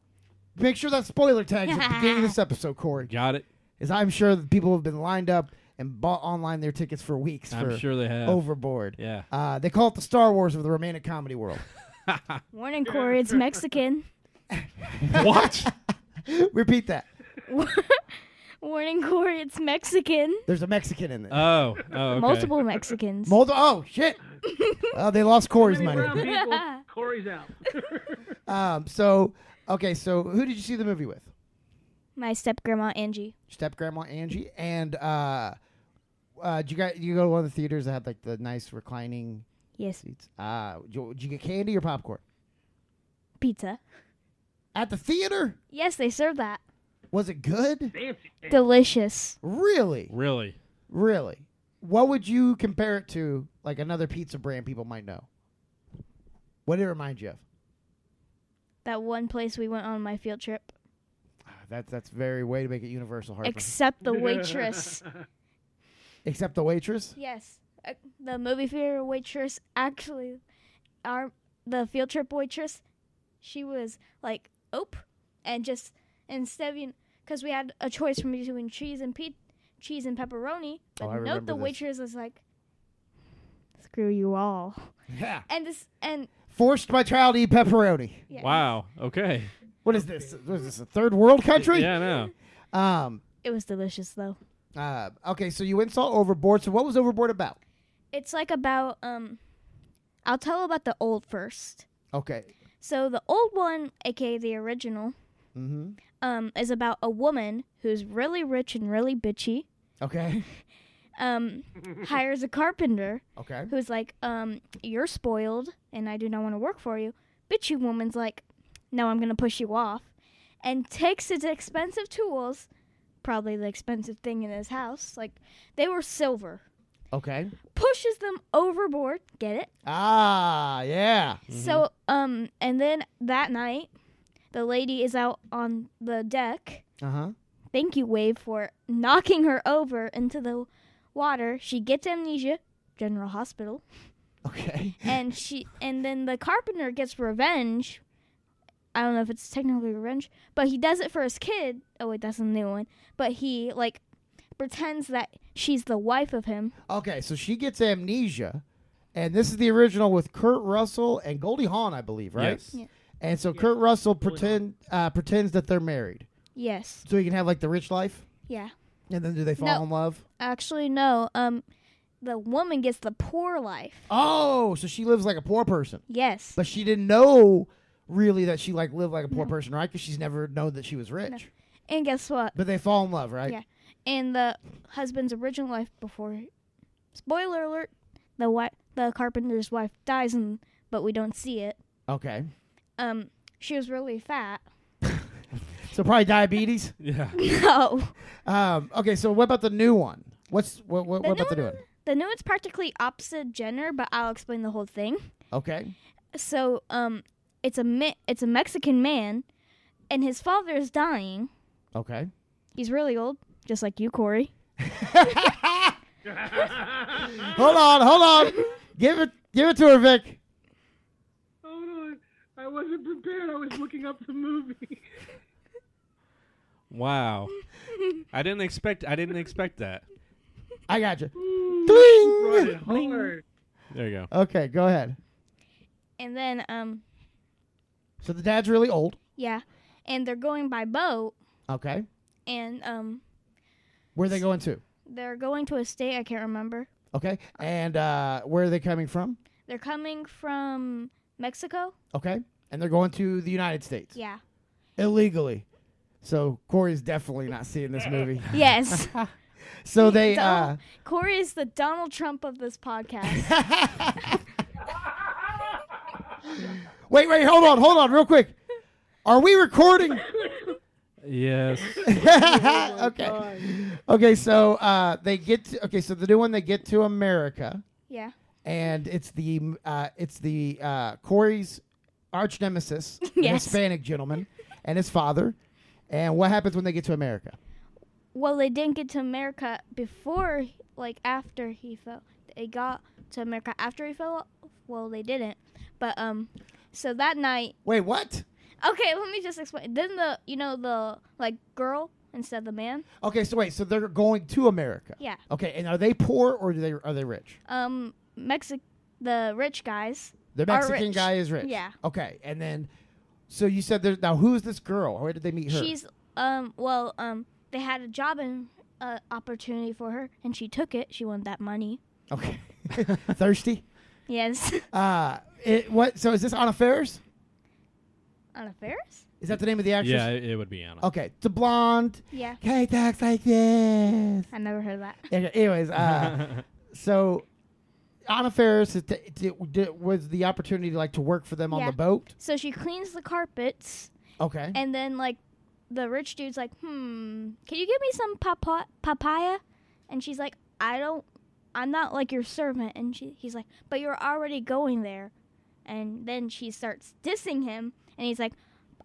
S8: Make sure that spoiler tag's at the beginning of this episode, Corey.
S10: Got it.
S8: Is I'm sure that people have been lined up and bought online their tickets for weeks.
S10: I'm
S8: for
S10: sure they have.
S8: Overboard.
S10: Yeah.
S8: Uh, they call it the Star Wars of the romantic comedy world.
S13: Warning, Corey. It's Mexican.
S10: what?
S8: Repeat that.
S13: Warning, Corey. It's Mexican.
S8: There's a Mexican in there.
S10: Oh. Oh. okay.
S13: Multiple Mexicans.
S8: Mold- oh shit! Oh, they lost Corey's
S14: Brown
S8: money.
S14: people, Corey's out.
S8: Um, so okay, so who did you see the movie with?
S13: My step grandma Angie.
S8: Step grandma Angie and uh, uh, did you guys you go to one of the theaters that had like the nice reclining
S13: Yes.
S8: seats? Uh, did you, did you get candy or popcorn
S13: Pizza.
S8: at the theater?
S13: Yes, they serve that.
S8: Was it good?
S13: Delicious.
S8: Really,
S10: Really?
S8: really. What would you compare it to? Like another pizza brand people might know. What did it remind you of?
S13: That one place we went on my field trip.
S8: That's Ah, that's very way to make it universal. Harper.
S13: Except the waitress.
S8: Except the waitress.
S13: yes. Uh, the movie theater waitress actually our the field trip waitress she was like ope and just instead of because we had a choice from between cheese and pe- cheese and pepperoni but
S8: Oh, I
S13: note
S8: remember
S13: the
S8: this.
S13: waitress was like screw you all
S8: Yeah.
S13: and this and
S8: Forced my child to eat pepperoni.
S13: yeah,
S10: Wow. Okay.
S8: What is this? What is this a third world country?
S10: Yeah. No.
S8: Um.
S13: it was delicious though
S8: Uh. Okay. So you went and saw Overboard. So what was Overboard about?
S13: it's like about um i'll tell about the old first
S8: Okay.
S13: so the old one aka the original
S8: Mm-hmm.
S13: um is about a woman who's really rich and really bitchy
S8: Okay.
S13: um hires a carpenter
S8: Okay.
S13: who's like, um, you're spoiled and I do not want to work for you. Bitchy woman's like, no, I'm going to push you off. And takes his expensive tools, probably the expensive thing in his house, like they were silver,
S8: Okay.
S13: pushes them overboard. Get it?
S8: Ah. Yeah.
S13: So, um, and then that night, the lady is out on the deck.
S8: Uh huh.
S13: Thank you, Wave, for knocking her over into the water. She gets amnesia, General Hospital.
S8: Okay.
S13: and she and then the carpenter gets revenge. I don't know if it's technically revenge, but he does it for his kid. Oh wait, that's a new one. But he like pretends that she's the wife of him.
S8: Okay. So she gets amnesia, and this is the original with Kurt Russell and Goldie Hawn, I believe, right?
S10: Yes.
S13: Yeah.
S8: And so Kurt Russell pretend uh, pretends that they're married,
S13: Yes.
S8: so he can have like the rich life.
S13: Yeah.
S8: And then do they fall
S13: No.
S8: in love?
S13: Actually no. Um the woman gets the poor life.
S8: Oh, so she lives like a poor person.
S13: Yes.
S8: But she didn't know really that she like lived like a poor person, right? Because she's never known that she was rich.
S13: And guess what?
S8: But they fall in love, right?
S13: Yeah. And the husband's original life before spoiler alert, the wi- the carpenter's wife dies and but we don't see it.
S8: Okay.
S13: Um she was really fat.
S8: So probably diabetes.
S10: Yeah.
S13: No.
S8: um, okay. So what about the new one? What's what what,
S13: The
S8: what
S13: new
S8: about the new one?
S13: one- The new one's practically opposite gender, but I'll explain the whole thing.
S8: Okay.
S13: So, um, it's a me- it's a Mexican man, and his father is dying.
S8: Okay.
S13: He's really old, just like you, Corey.
S8: Hold on. Hold on. give it. Give it to her, Vic.
S14: Hold on. I wasn't prepared. I was looking up the movie.
S10: Wow. I didn't expect. I didn't expect that.
S8: I got you.
S14: Brought
S8: Ding.
S14: it hard.
S10: There you go.
S8: Okay. Go ahead.
S13: And then, um,
S8: So the dad's really old.
S13: yeah, and they're going by boat,
S8: Okay.
S13: and um,
S8: Where are they going to?
S13: they're going to a state I can't remember.
S8: Okay. And uh, where are they coming from?
S13: They're coming from Mexico.
S8: Okay. And they're going to the United States
S13: Yeah.
S8: illegally. So Corey's definitely not seeing this movie.
S13: Yes.
S8: So they. Uh,
S13: Donald- Corey is the Donald Trump of this podcast.
S8: wait, wait, hold on, hold on, real quick. Are we recording?
S10: Yes.
S13: Oh
S8: okay. Okay, so uh, they get to, okay, so the new one they get to America.
S13: Yeah.
S8: And it's the uh, it's the uh, Corey's arch nemesis, an
S13: Yes.
S8: Hispanic gentleman, and his father. And what happens when they get to America?
S13: Well, they didn't get to America before, like after he fell. They got to America after he fell. off. Well, they didn't. But um, so that night.
S8: Wait, what?
S13: Okay, let me just explain. Then the you know the like girl instead of the man.
S8: Okay, so wait, so they're going to America.
S13: Yeah.
S8: Okay, and are they poor or do they are they rich?
S13: Um, Mexic, the rich guys.
S8: The
S13: are
S8: Mexican
S13: rich.
S8: guy is rich.
S13: Yeah.
S8: Okay, and then so you said there's now who's this girl? Where did they meet her?
S13: She's um well um they had a job and uh, opportunity for her and she took it. She wanted that money.
S8: okay. Thirsty?
S13: Yes.
S8: Uh it, what so is this Anna Ferris?
S13: Anna Ferris?
S8: Is that the name of the actress?
S10: Yeah, it it would be Anna.
S8: Okay, the blonde.
S13: Yeah.
S8: Kate talks like this.
S13: I never heard that.
S8: Okay, Anyways, uh, so Anna Ferris is t- t- d- was the opportunity like to work for them on
S13: Yeah.
S8: the boat.
S13: So she cleans the carpets
S8: Okay.
S13: and then like the rich dude's like, "Hmm, can you give me some papa- papaya?" And she's like, "I don't I'm not like your servant." And she he's like, "But you're already going there." And then she starts dissing him and he's like,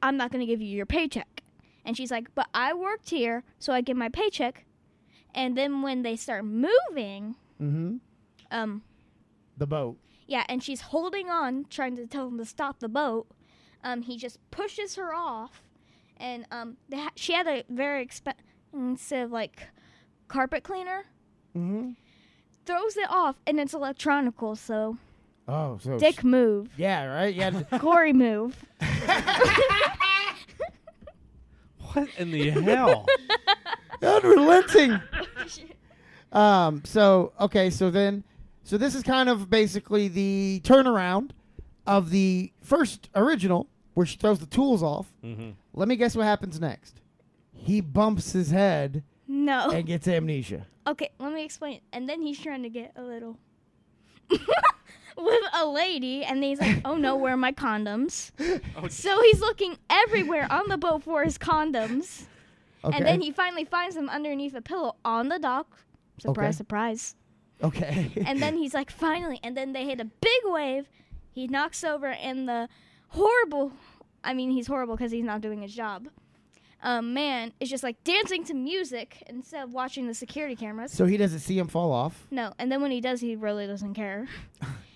S13: "I'm not going to give you your paycheck." And she's like, "But I worked here, so I get my paycheck." And then when they start moving,
S8: mm-hmm.
S13: um
S8: The boat.
S13: yeah, and she's holding on, trying to tell him to stop the boat. Um, he just pushes her off, and um, they ha- she had a very expensive like carpet cleaner.
S8: Mm-hmm.
S13: Throws it off, and it's electronical, so
S8: Oh, so
S13: dick
S8: sh-
S13: move,
S8: Yeah, right. Yeah.
S13: Corey move.
S10: What in the hell?
S8: unrelenting. um. So okay. So then, so this is kind of basically the turnaround of the first original, where she throws the tools off.
S10: Mhm.
S8: Let me guess what happens next. He bumps his head
S13: No.
S8: and gets amnesia.
S13: Okay, let me explain. And then he's trying to get a little with a lady, and then he's like, "Oh no, where are my condoms?" so he's looking everywhere on the boat for his condoms,
S8: Okay.
S13: and then he finally finds them underneath a pillow on the dock. Surprise,
S8: Okay.
S13: surprise.
S8: Okay.
S13: And then he's like, "Finally!" And then they hit a big wave. He knocks over, and the horrible. I mean, he's horrible because he's not doing his job. Um, man is just like dancing to music instead of watching the security cameras.
S8: so he doesn't see him fall off.
S13: No, and then when he does, he really doesn't care.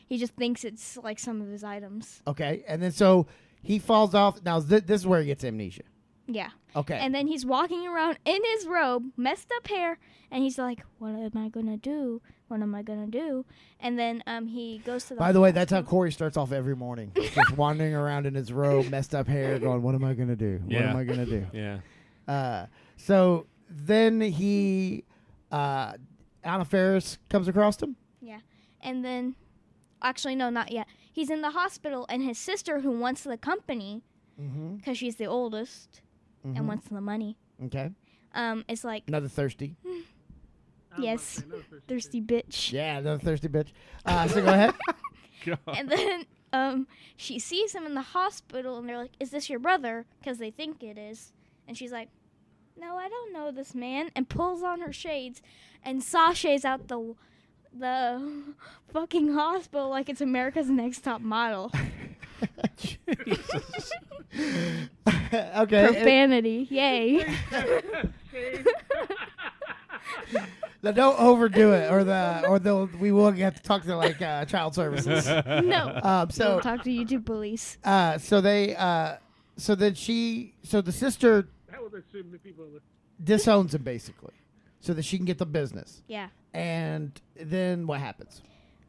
S13: he just thinks it's like some of his items.
S8: Okay. And then so he falls off. Now th- this is where he gets amnesia.
S13: Yeah.
S8: Okay.
S13: And then he's walking around in his robe, messed up hair, and he's like, "What am I gonna do? What am I gonna do?" And then um he goes to the.
S8: By the way, that's how Corey starts off every morning. just wandering around in his robe, messed up hair, going, What am I going to do? What
S10: Yeah.
S8: am I going to do?
S10: Yeah.
S8: Uh, so then he, uh, Anna Ferris comes across him.
S13: Yeah. And then, actually, no, not yet. He's in the hospital, and his sister, who wants the company,
S8: Mm-hmm.
S13: because she's the oldest
S8: Mhm.
S13: and wants the money,
S8: Okay.
S13: um, is like,
S8: Another thirsty.
S13: yes, thirsty bitch.
S8: Yeah, another thirsty bitch. Uh, so go ahead.
S13: and then um, she sees him in the hospital, and they're like, "Is this your brother?" Because they think it is, and she's like, "No, I don't know this man," and pulls on her shades, and sashays out the the fucking hospital like it's America's Next Top Model.
S8: okay.
S13: Profanity, yay!
S8: uh, Now don't overdo it, or the or the we will have to talk to like uh, child services.
S13: no,
S8: Um, so
S13: Don't talk to YouTube police.
S8: uh, so they uh, so then she so the sister
S14: That would assume the people. Are
S8: disowns him basically, so that she can get the business.
S13: Yeah,
S8: And then what happens?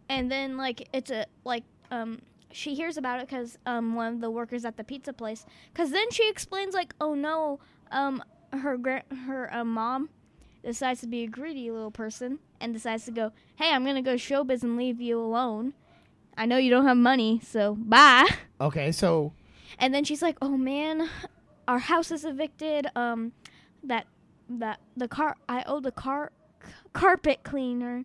S13: and then like it's a like um she hears about it because um one of the workers at the pizza place because then she explains like oh no um her gra- her um, mom decides to be a greedy little person and decides to go hey i'm gonna go showbiz and leave you alone i know you don't have money so bye
S8: Okay, so
S13: and then she's like oh man our house is evicted um that that the car i owe the car carpet cleaner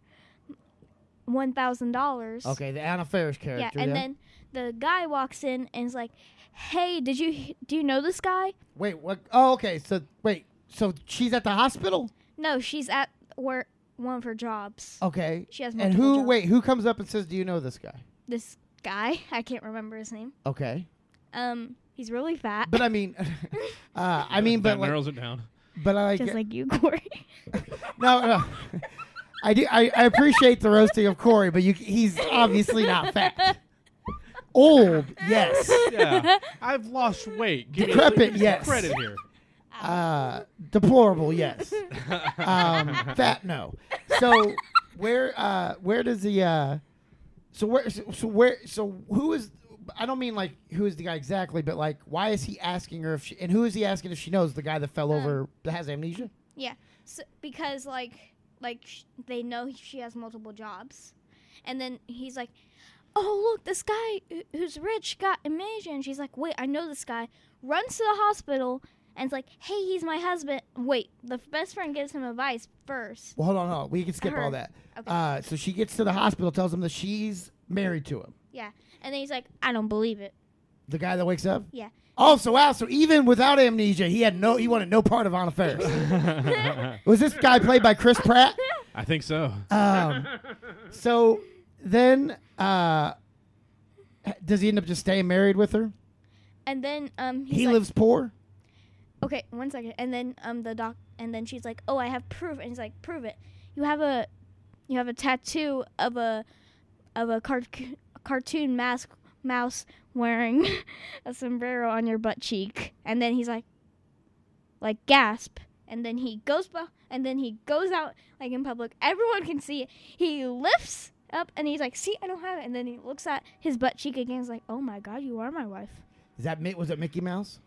S13: one thousand dollars.
S8: Okay, the Anna Faris character.
S13: Yeah, and then the guy walks in and is like, "Hey, did you do you know this guy?"
S8: Wait, what? Oh, okay. So wait, so she's at the hospital.
S13: No, she's at where one of her jobs.
S8: Okay.
S13: She has
S8: and
S13: multiple
S8: who?
S13: jobs.
S8: Wait, who comes up and says, "Do you know this guy?"
S13: This guy, I can't remember his name.
S8: Okay.
S13: Um, he's really fat.
S8: But I mean, uh, I mean, but
S10: that
S8: like,
S10: narrows it down.
S8: but I like,
S13: just like you, Corey.
S8: no, no. I do. I, I appreciate the roasting of Corey, but you, he's obviously not fat. Old, yes.
S10: Yeah, I've lost weight. Give me-
S8: Decrepit,
S10: give me some
S8: yes.
S10: Credit here.
S8: Uh, deplorable, yes. Um, fat, no. So where uh, where does the uh, so where so, so where so who is I don't mean like who is the guy exactly, but like why is he asking her if she and who is he asking if she knows the guy that fell over that has amnesia?
S13: yeah, so, because like like sh- they know she has multiple jobs, and then he's like, "Oh look, this guy who- who's rich got amnesia," and she's like, "Wait, I know this guy." Runs to the hospital and is like, "Hey, he's my husband." Wait, the best friend gives him advice first.
S8: Well, hold on, hold on. We can skip all
S13: Her.
S8: that.
S13: Okay.
S8: Uh, so she gets to the hospital, tells him that she's married to him.
S13: Yeah, and then he's like, "I don't believe it."
S8: The guy that wakes up.
S13: Yeah.
S8: Also, wow. So even without amnesia, he had no. He wanted no part of Anna Faris. Was this guy played by Chris Pratt?
S10: I think so.
S8: Um, so then, uh, does he end up just staying married with her?
S13: And then um, he's
S8: He
S13: like,
S8: lives poor.
S13: Okay, one second. And then um the doc and then she's like, "Oh, I have proof." And he's like, "Prove it. You have a you have a tattoo of a of a car- cartoon mask mouse wearing a sombrero on your butt cheek." And then he's like like gasp. And then he goes bu- and then he goes out like in public. Everyone can see it. He lifts up and he's like, "See, I don't have it." And then he looks at his butt cheek again. He's like, "Oh my god, you are my wife."
S8: Is that Mi- was it Mickey Mouse?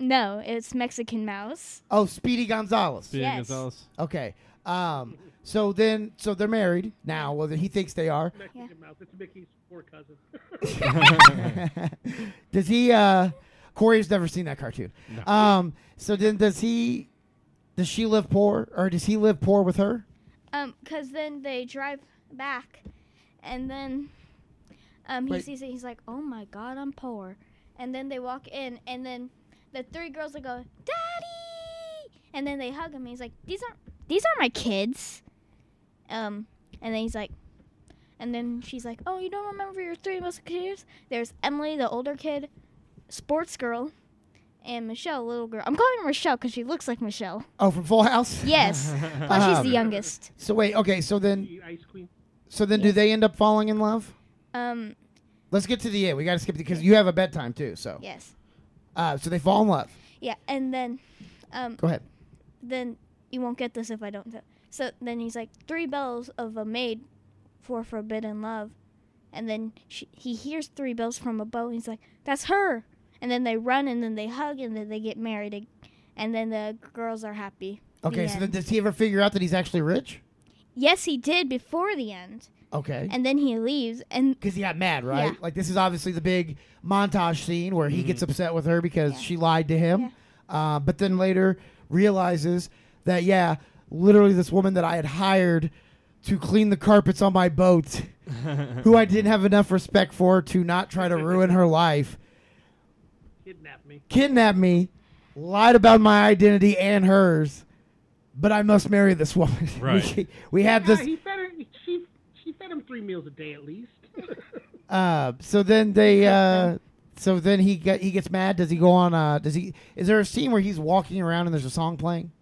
S13: No, it's Mexican mouse.
S8: Oh, Speedy Gonzalez.
S13: Speedy Yes. Gonzalez.
S8: Okay. Um, so then, so they're married now. Well, he thinks they are.
S14: Mexican mouth. It's Mickey's poor cousin.
S8: does he? Uh, Corey's never seen that cartoon.
S14: No.
S8: Um, so then, does he? Does she live poor, or does he live poor with her?
S13: Um, cause then they drive back, and then, um, he
S8: Wait.
S13: sees it. He's like, "Oh my God, I'm poor." And then they walk in, and then the three girls will go, "Daddy!" And then they hug him. And he's like, "These aren't these aren't my kids." Um, and then he's like, and then she's like, "Oh, you don't remember your three musketeers? There's Emily, the older kid, sports girl, and Michelle, little girl. I'm calling her Michelle because she looks like Michelle.
S8: Oh, from Full House.
S13: Yes, plus she's
S8: Um,
S13: the youngest."
S8: So wait, okay, so then,
S14: Ice queen.
S8: so then, do they end up falling in love?
S13: Um,
S8: Let's get to the end. We got to skip because you have a bedtime too. So,
S13: yes.
S8: uh, so they fall in love.
S13: Yeah, and then, um,
S8: Go ahead.
S13: then you won't get this if I don't. Tell. So then he's like, three bells of a maid for forbidden love. And then she, he hears three bells from a boat. And he's like, that's her. And then they run and then they hug and then they get married. ag- And then the girls are happy. The
S8: Okay, so
S13: end.
S8: then does he ever figure out that he's actually rich?
S13: yes, he did before the end.
S8: Okay,
S13: And then he leaves. And
S8: because he got mad, right?
S13: Yeah.
S8: Like this is obviously the big montage scene where he gets upset with her because she lied to him, uh, but then later realizes that yeah, literally this woman that I had hired to clean the carpets on my boat, who I didn't have enough respect for to not try to ruin her life,
S14: Kidnap me.
S8: kidnapped me, lied about my identity and hers, but I must marry this woman. We-
S10: Right.
S8: we had
S14: Yeah,
S8: this.
S14: Uh, He fed her. She she fed him three meals a day at least.
S8: Uh, so then they. Uh, so then he get, he gets mad. Does he go on? Uh, does he? Is there a scene where he's walking around and there's a song playing?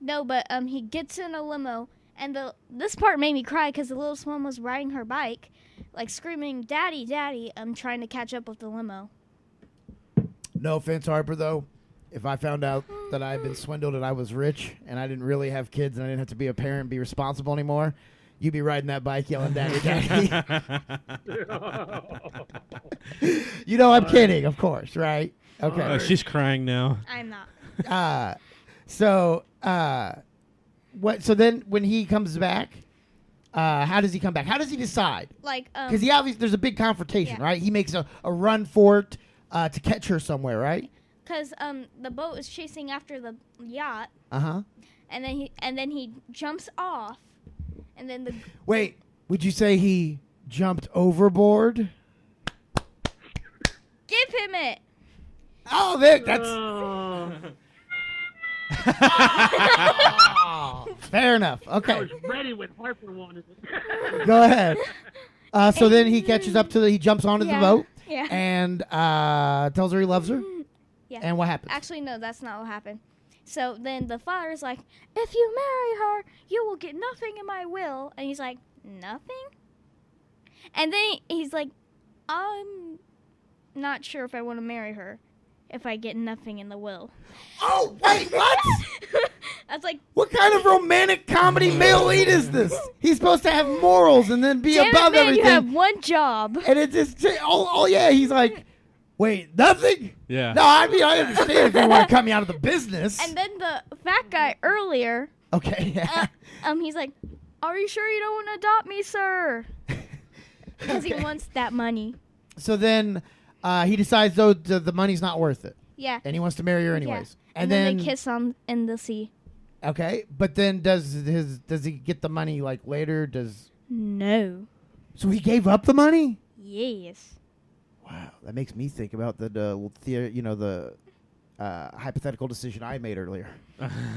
S13: No, but um, he gets in a limo, and the this part made me cry because the little swan was riding her bike, like screaming, "Daddy, Daddy!" I'm trying to catch up with the limo.
S8: No offense, Harper, though. If I found out that I had been swindled and I was rich and I didn't really have kids and I didn't have to be a parent and be responsible anymore, you'd be riding that bike yelling, Daddy, Daddy. you know, I'm kidding, of course, right? Okay.
S10: Oh, she's crying now.
S13: I'm not.
S8: uh, so uh, what? So then, when he comes back, uh, how does he come back? How does he decide?
S13: Like, um,
S8: Because he obviously there's a big confrontation,
S13: yeah.
S8: right? He makes a, a run for it uh, to catch her somewhere, right?
S13: Cause um, the boat is chasing after the yacht,
S8: Uh huh.
S13: and then he and then he jumps off, and then the
S8: Wait, Would you say he jumped overboard?
S13: Give him it.
S8: Oh, there, that's fair enough.
S14: I
S8: Okay,
S14: was ready when Harper wanted it.
S8: go ahead. Uh, so then he catches up to the, he jumps onto
S13: Yeah,
S8: the boat
S13: yeah.
S8: and uh, tells her he loves her.
S13: Yeah.
S8: And what happens?
S13: Actually, no, that's not what happened. So then the father's like, "If you marry her, you will get nothing in my will." And he's like, "Nothing?" And then he- he's like, "I'm not sure if I want to marry her if I get nothing in the will."
S8: Oh, wait, what?
S13: I was like,
S8: What kind of romantic comedy male lead is this? He's supposed to have morals and then be
S13: "Damn
S8: above
S13: it, man,
S8: everything.
S13: you have one job."
S8: and it's just oh, oh yeah, he's like, wait, nothing.
S10: Yeah.
S8: No, I mean I understand if you want to cut me out of the business.
S13: And then the fat guy earlier,
S8: okay. Yeah.
S13: um, he's like, "Are you sure you don't want to adopt me, sir?" Because he wants that money.
S8: So then uh, he decides though the, the money's not worth it,
S13: Yeah.
S8: and he wants to marry her
S13: Yeah.
S8: anyways.
S13: And, then, they kiss on in the sea.
S8: Okay, but then does his does he get the money like later? Does
S13: No.
S8: so he gave up the money?
S13: Yes.
S8: Wow, that makes me think about the, the, the you know the uh, hypothetical decision I made earlier.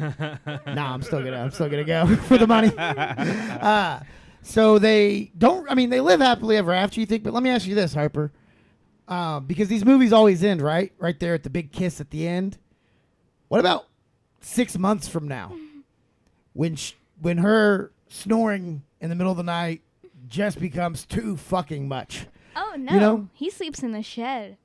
S8: nah, I'm still gonna I'm still gonna go for the money. uh, so they don't. I mean, they live happily ever after. You think, but let me ask you this, Harper, uh, because these movies always end right, right there at the big kiss at the end. What about six months from now, when sh- when her snoring in the middle of the night just becomes too fucking much?
S13: Oh no.
S8: You know-
S13: He sleeps in a shed.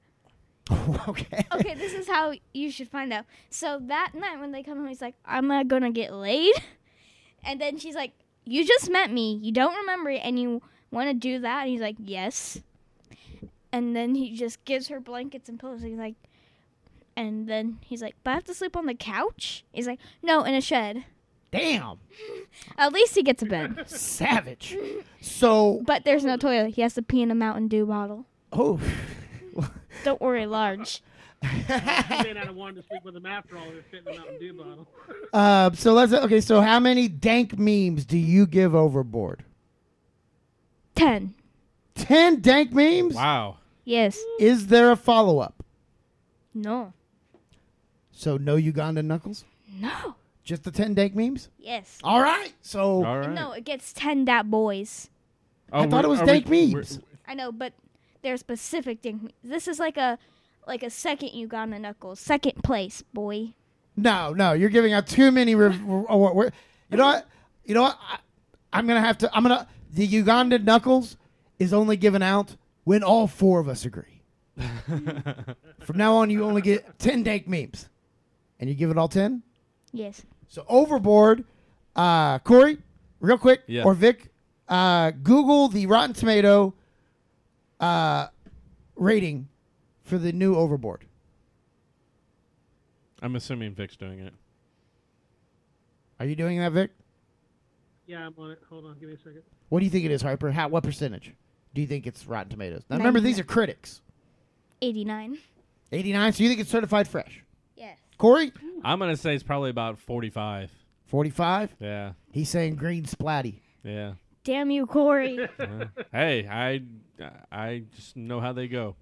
S8: okay.
S13: Okay, this is how you should find out. So that night when they come home, he's like, "I'm not gonna get laid," and then she's like, "You just met me. You don't remember it, and you want to do that?" And he's like, "Yes." And then he just gives her blankets and pillows. And he's like, and then he's like, "But I have to sleep on the couch." He's like, "No, in a shed."
S8: Damn,
S13: At least he gets a bed.
S8: savage. So
S13: But there's no toilet. He has to pee in a Mountain Dew bottle.
S8: oh.
S13: Don't worry, large.
S14: May not have wanted to sleep with him after all. They're sitting in a Mountain Dew bottle.
S8: Uh, so let's okay. So how many dank memes do you give overboard?
S13: Ten.
S8: Ten dank memes.
S10: Wow.
S13: Yes.
S8: Is there a follow up?
S13: No.
S8: So no Ugandan knuckles.
S13: No.
S8: Just the ten dank memes.
S13: Yes.
S8: All right. So
S10: All right.
S13: No, it gets ten dat boys.
S10: Oh,
S8: I thought it
S10: we're-
S8: was
S10: are
S8: dank
S10: we- we're-
S8: memes.
S13: I know, but they're specific thing. This is like a like a second Uganda knuckles, second place boy.
S8: No, no, you're giving out too many. Rev- or- or- you know what? You know what? I, I'm gonna have to. I'm gonna. The Ugandan knuckles is only given out when all four of us agree. From now on, you only get ten dank memes, and you give it all ten.
S13: Yes.
S8: So overboard, uh, Corey, real quick,
S10: Yeah.
S8: or Vic, uh, Google the Rotten Tomato uh, rating for the new Overboard.
S10: I'm assuming Vic's doing it.
S8: Are you doing that, Vic?
S14: Yeah, I'm on it. Hold on, give me a second.
S8: What do you think it is, Harper? How, what percentage do you think it's Rotten Tomatoes? Now remember, these are critics.
S13: Eighty nine.
S8: Eighty-nine. So you think it's certified fresh?
S13: Yes.
S8: Corey,
S10: I'm gonna say it's probably about 45.
S8: forty-five.
S10: Yeah.
S8: He's saying green splatty.
S10: Yeah.
S13: Damn you, Corey.
S10: hey, I I just know how they go.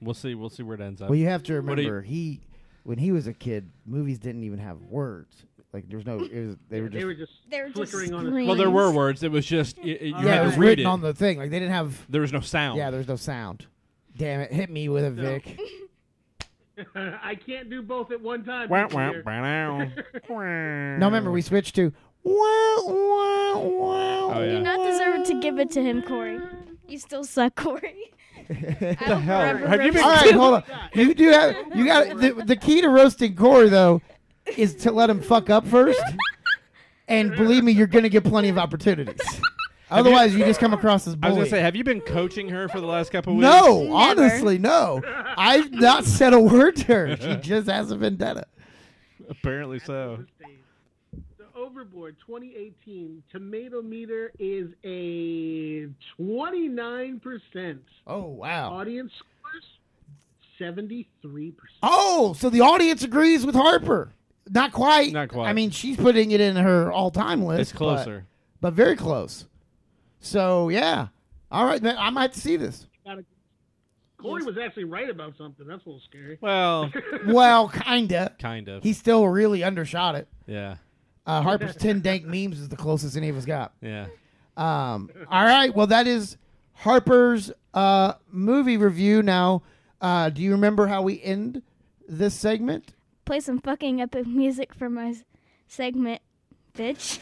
S10: We'll see. We'll see where it ends up.
S8: Well, you have to
S10: What do you-
S8: remember he, when he was a kid, movies didn't even have words. Like there's no, it was, they were just
S14: They were just
S13: They were just
S14: flickering on his
S13: screaming.
S10: well, there were words. It was just y- y- you
S8: yeah,
S10: had
S8: it
S10: to
S8: was
S10: read
S8: written
S10: it.
S8: on the thing. Like they didn't have
S10: there was no sound.
S8: Yeah, there's no sound. Damn it! Hit me with a Vic.
S14: I can't do both at one time.
S10: Wah,
S14: Peter.
S10: wah, wah, wah.
S8: No, remember we switched to. Wow, wow, wow.
S10: Oh, yeah.
S13: You not deserve to give it to him, Corey. You still suck, Corey. what the
S10: hell? Have you been-
S8: All right, hold on. You do have you got the, the key to roasting Corey though, is to let him fuck up first, and believe me, you're gonna get plenty of opportunities. Otherwise, you just come across as
S10: I was
S8: bully.
S10: gonna say, have you been coaching her for the last couple weeks?
S8: no,
S13: Never.
S8: honestly, no. I've not said a word to her. She just has a vendetta.
S10: apparently so.
S14: The Overboard 2018 tomato meter is a 29%.
S8: Oh wow.
S14: Audience scores 73%.
S8: Oh, so the audience agrees with Harper. Not quite.
S10: Not quite.
S8: I mean, she's putting it in her all-time list.
S10: It's closer.
S8: but, but very close. So yeah, all right, man, I might see this.
S14: Corey was actually right about something. That's a little scary.
S10: Well,
S8: well, kinda,
S10: Kind of.
S8: He still really undershot it.
S10: Yeah.
S8: Uh, Harper's ten dank memes is the closest any of us got.
S10: Yeah.
S8: Um, all right. Well, that is Harper's uh, movie review. Now, uh, do you remember how we end this segment?
S13: Play some fucking epic music for my s- segment, bitch.